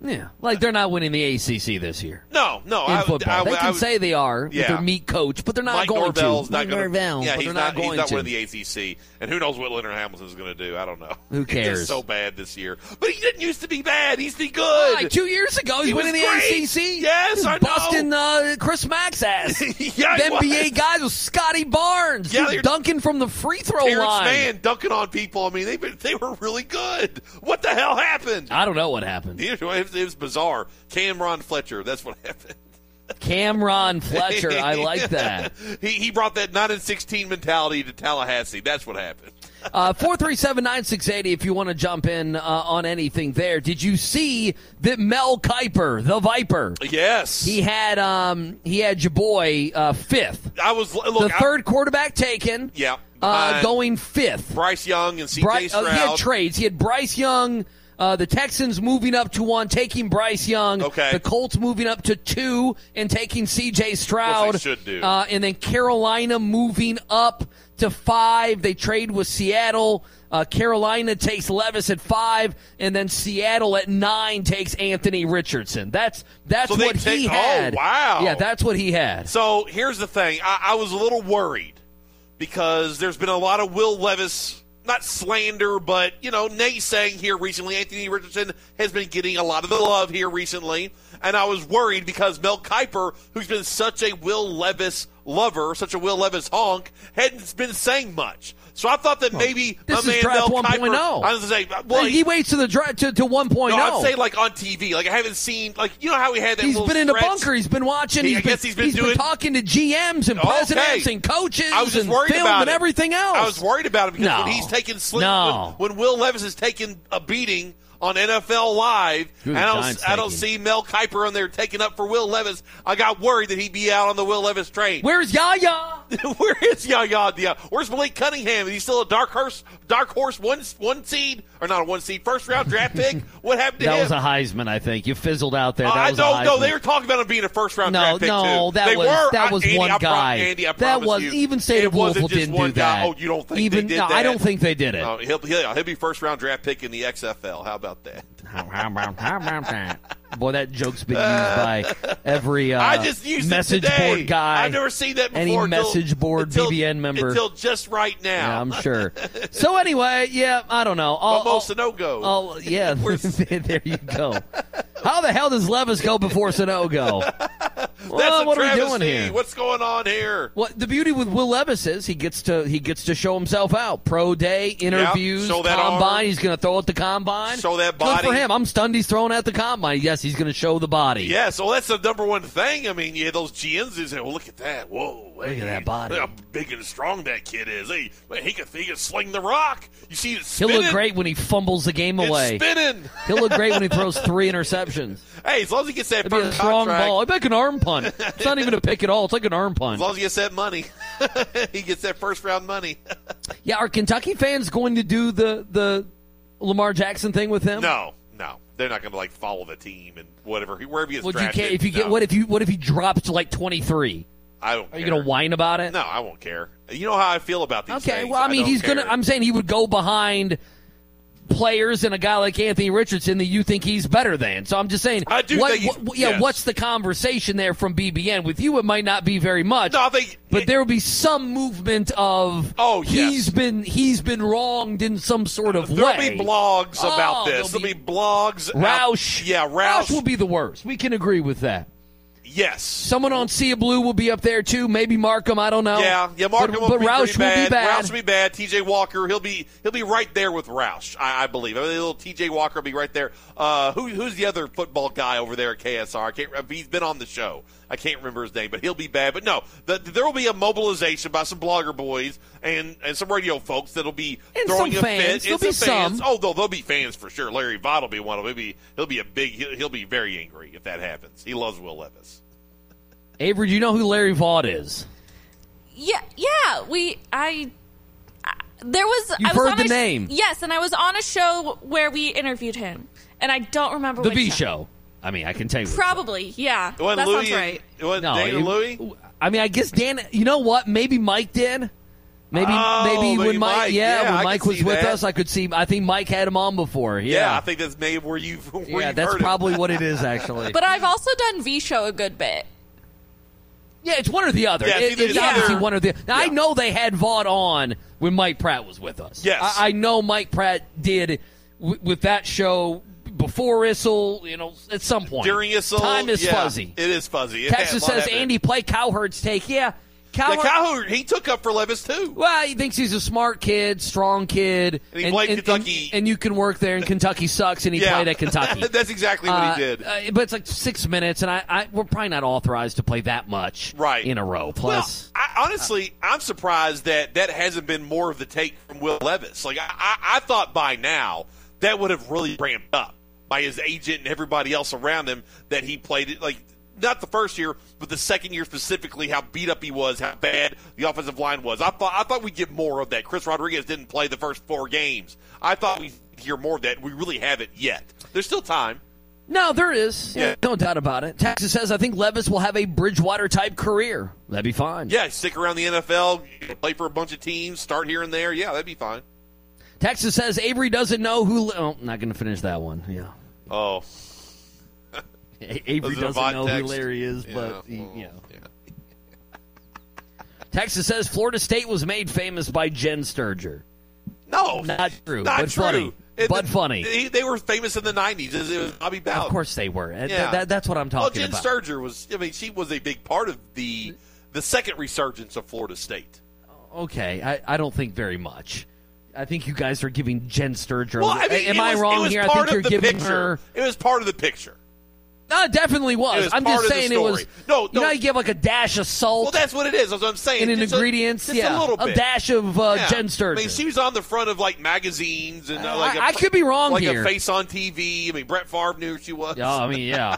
F: Yeah, like they're not winning the ACC this year.
G: No, no.
F: in
G: Oh, I, would-
F: football.
G: I, would-
F: they
G: I
F: can
G: would-
F: say they are with
G: Yeah.
F: their meat coach, but they're not
G: Mike
F: going
G: Norvell's
F: to.
G: not going
F: Norvell, but
G: Yeah, he's
F: they're
G: not.
F: not, going
G: he's not
F: to.
G: winning the ACC, and who knows what Leonard Hamilton's going to do? I don't know.
F: Who
G: It's just
F: cares?
G: so bad this year, but he didn't used to be bad. He's the good.
F: Why, two years ago, he's
G: He was
F: winning the
G: great.
F: ACC.
G: Yes,
F: He's
G: I know.
F: busting uh, Chris Mack's ass.
G: Yeah, he
F: the NBA
G: was.
F: guys with Scotty Barnes,
G: Yeah,
F: dude,
G: they're-
F: dunking from the free throw
G: Terrence
F: line.
G: Mann dunking on people. I mean, they they were really good. What the hell happened?
F: I don't know what happened.
G: It was, it was bizarre. Cameron Fletcher. That's what happened.
F: Cameron Fletcher, I like that.
G: he he brought that nine and sixteen mentality to Tallahassee. That's what happened.
F: Uh, Four three seven nine six eighty. If you want to jump in uh, on anything there, did you see that Mel Kiper, the Viper,
G: Yes,
F: he had um he had your boy uh, fifth.
G: I was look.
F: the
G: I-
F: third quarterback taken.
G: Yeah,
F: Uh,
G: behind
F: going fifth.
G: Bryce Young and CJ
F: Bry-
G: Stroud.
F: uh, he had trades. He had Bryce Young. Uh, the Texans moving up to one, taking Bryce Young.
G: Okay.
F: The Colts moving up to two and taking C.J. Stroud.
G: Which they should do.
F: Uh, and then Carolina moving up to five. They trade with Seattle. Uh, Carolina takes Levis at five, and then Seattle at nine takes Anthony Richardson. That's that's
G: So they
F: what he
G: take- oh,
F: had.
G: wow.
F: Yeah, that's what he had.
G: So here's the thing. I, I was a little worried because there's been a lot of Will Levis not slander, but you know, naysaying here recently. Anthony Richardson has been getting a lot of the love here recently, and I was worried because Mel Kiper, who's been such a Will Levis lover, such a Will Levis honk, hadn't been saying much. So I thought that maybe
F: This
G: my
F: is
G: man
F: draft
G: Mel Kiper.
F: 1.0.
G: I was gonna say, well,
F: he waits to the dra- to, oh. to 1.0.
G: no, I'd say like on TV. Like I haven't seen like you know how we had that.
F: He's
G: little
F: been in the
G: stretch?
F: bunker. He's been watching.
G: Yeah,
F: He's
G: I
F: been,
G: guess he's been
F: he's
G: doing-
F: talking to GMs and presidents
G: Okay.
F: and coaches
G: I was just
F: and
G: worried
F: film
G: about
F: and
G: it.
F: everything else.
G: I was worried about him because
F: No.
G: when he's taking slim,
F: No.
G: when, when Will Levis is taking a beating on NFL Live,
F: Who
G: and
F: the
G: I
F: Giants
G: don't, I don't
F: taking?
G: see Mel Kiper on there taking up for Will Levis. I got worried that he'd be out on the Will Levis train.
F: Where's Yaya?
G: Where is Yaya? Yeah. Where's Malik Cunningham? Is he still a dark horse? Dark horse one one seed or not a one seed? First round draft pick? What happened to
F: That
G: him?
F: was a Heisman, I think. You fizzled out there.
G: Uh,
F: That
G: I
F: was a
G: don't know.
F: Heisman.
G: They were talking about him being a first round
F: No,
G: draft pick
F: no,
G: too.
F: that
G: they
F: was-
G: were.
F: that
G: I-
F: was
G: Andy,
F: one
G: I pro-
F: guy.
G: Andy, I
F: That
G: promise
F: was-
G: you,
F: even Sadie
G: it wasn't
F: Wolfel
G: just
F: didn't
G: one
F: do that.
G: guy. Oh, you don't think
F: Even-
G: they did
F: no,
G: that?
F: I don't think they did it.
G: No, he'll, he'll, he'll be first round draft pick in the XFL. How about that?
F: Boy, that joke's been used by every uh,
G: I just used
F: message
G: it today.
F: board guy.
G: I've never seen that
F: Any
G: before. until-
F: message board
G: until,
F: BBN member.
G: until just right now.
F: yeah, I'm sure. So anyway, yeah, I don't know. I'll-
G: Almost a
F: I'll-
G: no go.
F: Oh yeah, there you go. How the hell does Levis go before Sanogo?
G: That's
F: well,
G: a
F: what are we
G: travesty.
F: doing here?
G: What's going on here?
F: Well, the beauty with Will Levis is he gets to he gets to show himself out. Pro day interviews,
G: show that
F: combine.
G: arm.
F: He's going to throw at the combine.
G: Show that
F: Good for
G: body.
F: him. I'm stunned he's throwing at the combine. Yes, he's going to show the body.
G: Yeah, so that's the number one thing. I mean, yeah, those GMs is, well, look at that. Whoa. Look
F: at that body.
G: Look how big and strong that kid is. Hey, man, he can, he can sling the rock. You see it
F: He'll
G: spinning?
F: look great when he fumbles the game
G: It's
F: away.
G: spinning.
F: He'll look great when he throws three interceptions.
G: Hey, as long as he gets that
F: It'd be a
G: first
F: strong
G: contract,
F: ball. I bet an arm punt. It's not even a pick at all. It's like an arm
G: as
F: punt.
G: long as he gets that money, he gets that first round money.
F: Yeah, are Kentucky fans going to do the the Lamar Jackson thing with him?
G: no, no, they're not going to like follow the team and whatever he- wherever he is
F: Well, you
G: drafted.
F: can't. If you get
G: no.
F: what if you what if he drops to like twenty three?
G: I don't.
F: Are you
G: care.
F: going to whine about it?
G: No, I won't care. You know how I feel about these.
F: Okay,
G: things.
F: well, I mean,
G: don't
F: he's
G: care.
F: gonna. I'm saying he would go behind players and a guy like Anthony Richardson that you think he's better than. So I'm just saying,
G: I do
F: what,
G: think he's-
F: what- yeah,
G: yes.
F: what's the conversation there from BBN? With you, it might not be very much.
G: No, I think.
F: But there will be some movement of
G: Oh, yes.
F: he's been he's been wronged in some sort of
G: There'll
F: way.
G: be blogs about
F: Oh,
G: this. There'll
F: there'll
G: be,
F: be-
G: blogs. out-
F: Roush,
G: Yeah, Roush.
F: will be the worst. We can agree with that.
G: yes.
F: Someone on Sea of Blue will be up there too. Maybe Markham. I don't know.
G: Yeah, yeah. Markham
F: but,
G: will,
F: but
G: be
F: Roush
G: pretty bad.
F: will be bad.
G: Roush will be bad. T.J. Walker, he'll be he'll be right there with Roush, I, I believe. I mean, little T.J. Walker will be right there. Uh, who, who's the other football guy over there at KSR? I can't. He's been on the show. I can't remember his name, but he'll be bad. But no, the, there will be a mobilization by some blogger boys and, and some radio folks that'll be
F: And
G: throwing
F: some
G: a
F: fans.
G: fit.
F: There'll
G: and
F: be
G: fans.
F: some.
G: Oh, they'll, they'll be fans for sure. Larry Vaught will be one of them. He'll be, he'll be a big. He'll, he'll be very angry if that happens. He loves Will Levis.
F: Avery, do you know who Larry Vaught is?
E: Yeah, yeah. We I. I- There was
F: You've
E: I was
F: heard
E: on
F: the
E: a sh-
F: name.
E: yes, and I was on a show where we interviewed him, and I don't remember
F: The
E: which
F: V Show. I mean, I can tell you. which
E: Probably, yeah.
G: It wasn't
E: That
G: Louis.
E: sounds right.
G: It wasn't
F: No,
G: Dana
F: it-
G: Louis.
F: I mean, I guess Dan. You know what? Maybe Mike did. Maybe
G: Oh,
F: maybe
G: maybe
F: when Mike,
G: Mike.
F: yeah,
G: Yeah, I
F: when
G: could
F: Mike was
G: see
F: with
G: that.
F: us, I could see. I think Mike had him on before. Yeah,
G: Yeah, I think that's maybe where you've where
F: yeah.
G: you've
F: That's
G: heard it.
F: probably what it is actually.
E: But I've also done V Show a good bit.
F: yeah, it's one or the other.
G: Yeah,
F: It-
G: it's either-
F: it's
G: it's
F: obviously
G: either-
F: one or the. Now, I
G: yeah.
F: know they had Vaught on when Mike Pratt was with us.
G: Yes.
F: I, I know Mike Pratt did w- with that show before Issel. You know, at some point
G: during his soul,
F: time is
G: yeah,
F: fuzzy.
G: It is fuzzy. It
F: Texas
G: had a lot
F: says
G: happening.
F: Andy play Cowherd's take. Yeah,
G: Yeah,
F: Cowherd.
G: Calhoun, he took up for Levis too.
F: Well, he thinks he's a smart kid, strong kid,
G: And he played Kentucky.
F: and, you can work there. And Kentucky sucks, and he
G: yeah,
F: played at Kentucky.
G: that's exactly what
F: Uh,
G: he did.
F: uh, but it's like six minutes, and I, I we're probably not authorized to play that much
G: Right.
F: in a row. Plus,
G: well, I, honestly, I'm surprised that that hasn't been more of the take from Will Levis. Like I, I, I thought by now that would have really ramped up by his agent and everybody else around him that he played it like. Not the first year, but the second year specifically, how beat up he was, how bad the offensive line was. I thought I thought we'd get more of that. Chris Rodriguez didn't play the first four games. I thought we'd hear more of that. We really haven't yet. There's still time.
F: no, there is
G: Yeah.
F: no doubt about it. Texas says I think Levis will have a Bridgewater type career. That'd be fine.
G: Yeah, stick around the NFL, play for a bunch of teams, start here and there. Yeah, that'd be fine.
F: Texas says Avery doesn't know who. Le- oh, not going to finish that one. Yeah.
G: Oh,
F: A- Avery
G: Those are
F: doesn't
G: Vaughn
F: know
G: texts.
F: who Larry is,
G: Yeah,
F: but he-
G: well,
F: you know. Texas says Florida State was made famous by Jen Sturger.
G: No,
F: not true.
G: Not
F: but
G: true.
F: funny.
G: It-
F: but funny.
G: They, they were famous in the '90s. It was Bobby Bowden.
F: Of course they were. Uh, th-
G: Oh. Yeah.
F: that- that's what I'm talking
G: well, Jen
F: about.
G: Sturger was. I mean, she was a big part of the the second resurgence of Florida State.
F: Okay, I, I don't think very much. I think you guys are giving Jen Sturger.
G: Well, I mean,
F: am
G: it
F: I
G: was- it
F: wrong
G: was
F: here? I think
G: Part of
F: you're
G: the
F: giving
G: picture.
F: her.
G: It was part of the picture.
F: No, it definitely was.
G: It was
F: I'm
G: part
F: just
G: of the
F: saying it was.
G: story. No,
F: you know,
G: no.
F: how you give like a dash of salt.
G: Well, that's what it is. That's what I'm saying.
F: And an
G: Just a-
F: ingredients,
G: just
F: yeah,
G: a little
F: a
G: bit.
F: dash of, uh,
G: yeah.
F: Jen Sturger.
G: I mean, she was on the front of like magazines and uh,
F: Uh,
G: like a
F: I- I could be wrong
G: like
F: here.
G: a face on TV. I mean, Brett Favre knew who she was.
F: Yeah, I mean, yeah.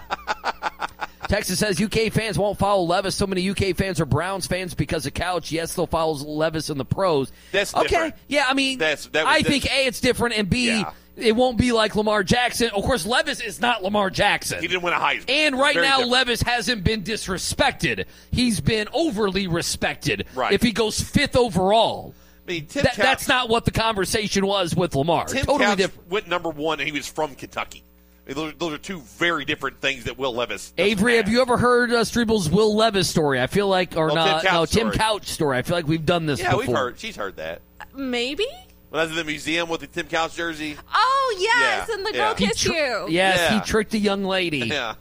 F: Texas says UK fans won't follow Levis. So many UK fans are Browns fans because of Couch. Yes, they'll follow Levis in the pros.
G: That's
F: okay.
G: different.
F: Yeah, I mean,
G: That's- that was
F: I
G: different.
F: think a it's different, and b
G: Yeah.
F: it won't be like Lamar Jackson. Of course, Levis is not Lamar Jackson.
G: He didn't win a Heisman.
F: And right
G: Very
F: now,
G: different.
F: Levis hasn't been disrespected. He's been overly respected.
G: Right.
F: If he goes fifth overall,
G: I mean, Tim
F: that-
G: Couch-
F: that's not what the conversation was with Lamar.
G: Tim
F: totally
G: Couch
F: different.
G: went number one, and he was from Kentucky. I mean, Those those are two very different things that Will Levis. doesn't
F: Avery, have you ever heard uh, Strebel's Will Levis story? I feel like, or
G: Oh, Tim
F: not,
G: Couch
F: no, Tim
G: story.
F: Couch story. I feel like we've done this
G: Yeah,
F: before.
G: we've heard. She's heard that.
E: Maybe?
G: When I was in the museum with the Tim Couch jersey.
E: Oh, yes,
G: Yeah,
E: and the
G: yeah.
E: girl
G: He
E: kissed
F: Tr-
E: you.
F: Yes,
G: Yeah.
F: he tricked a young lady.
G: Yeah,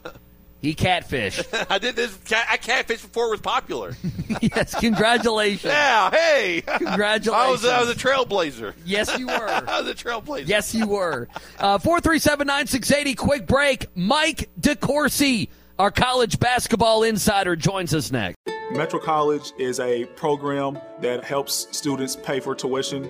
F: He catfished.
G: I did this. cat- I catfish before it was popular.
F: yes, congratulations.
G: Yeah, hey, I
F: Congratulations.
G: was I was a trailblazer.
F: yes, you were.
G: I was a trailblazer.
F: Yes, you were. Uh, Four three seven nine six eighty. Quick break. Mike DeCourcy, our college basketball insider, joins us next.
K: Metro College is a program that helps students pay for tuition,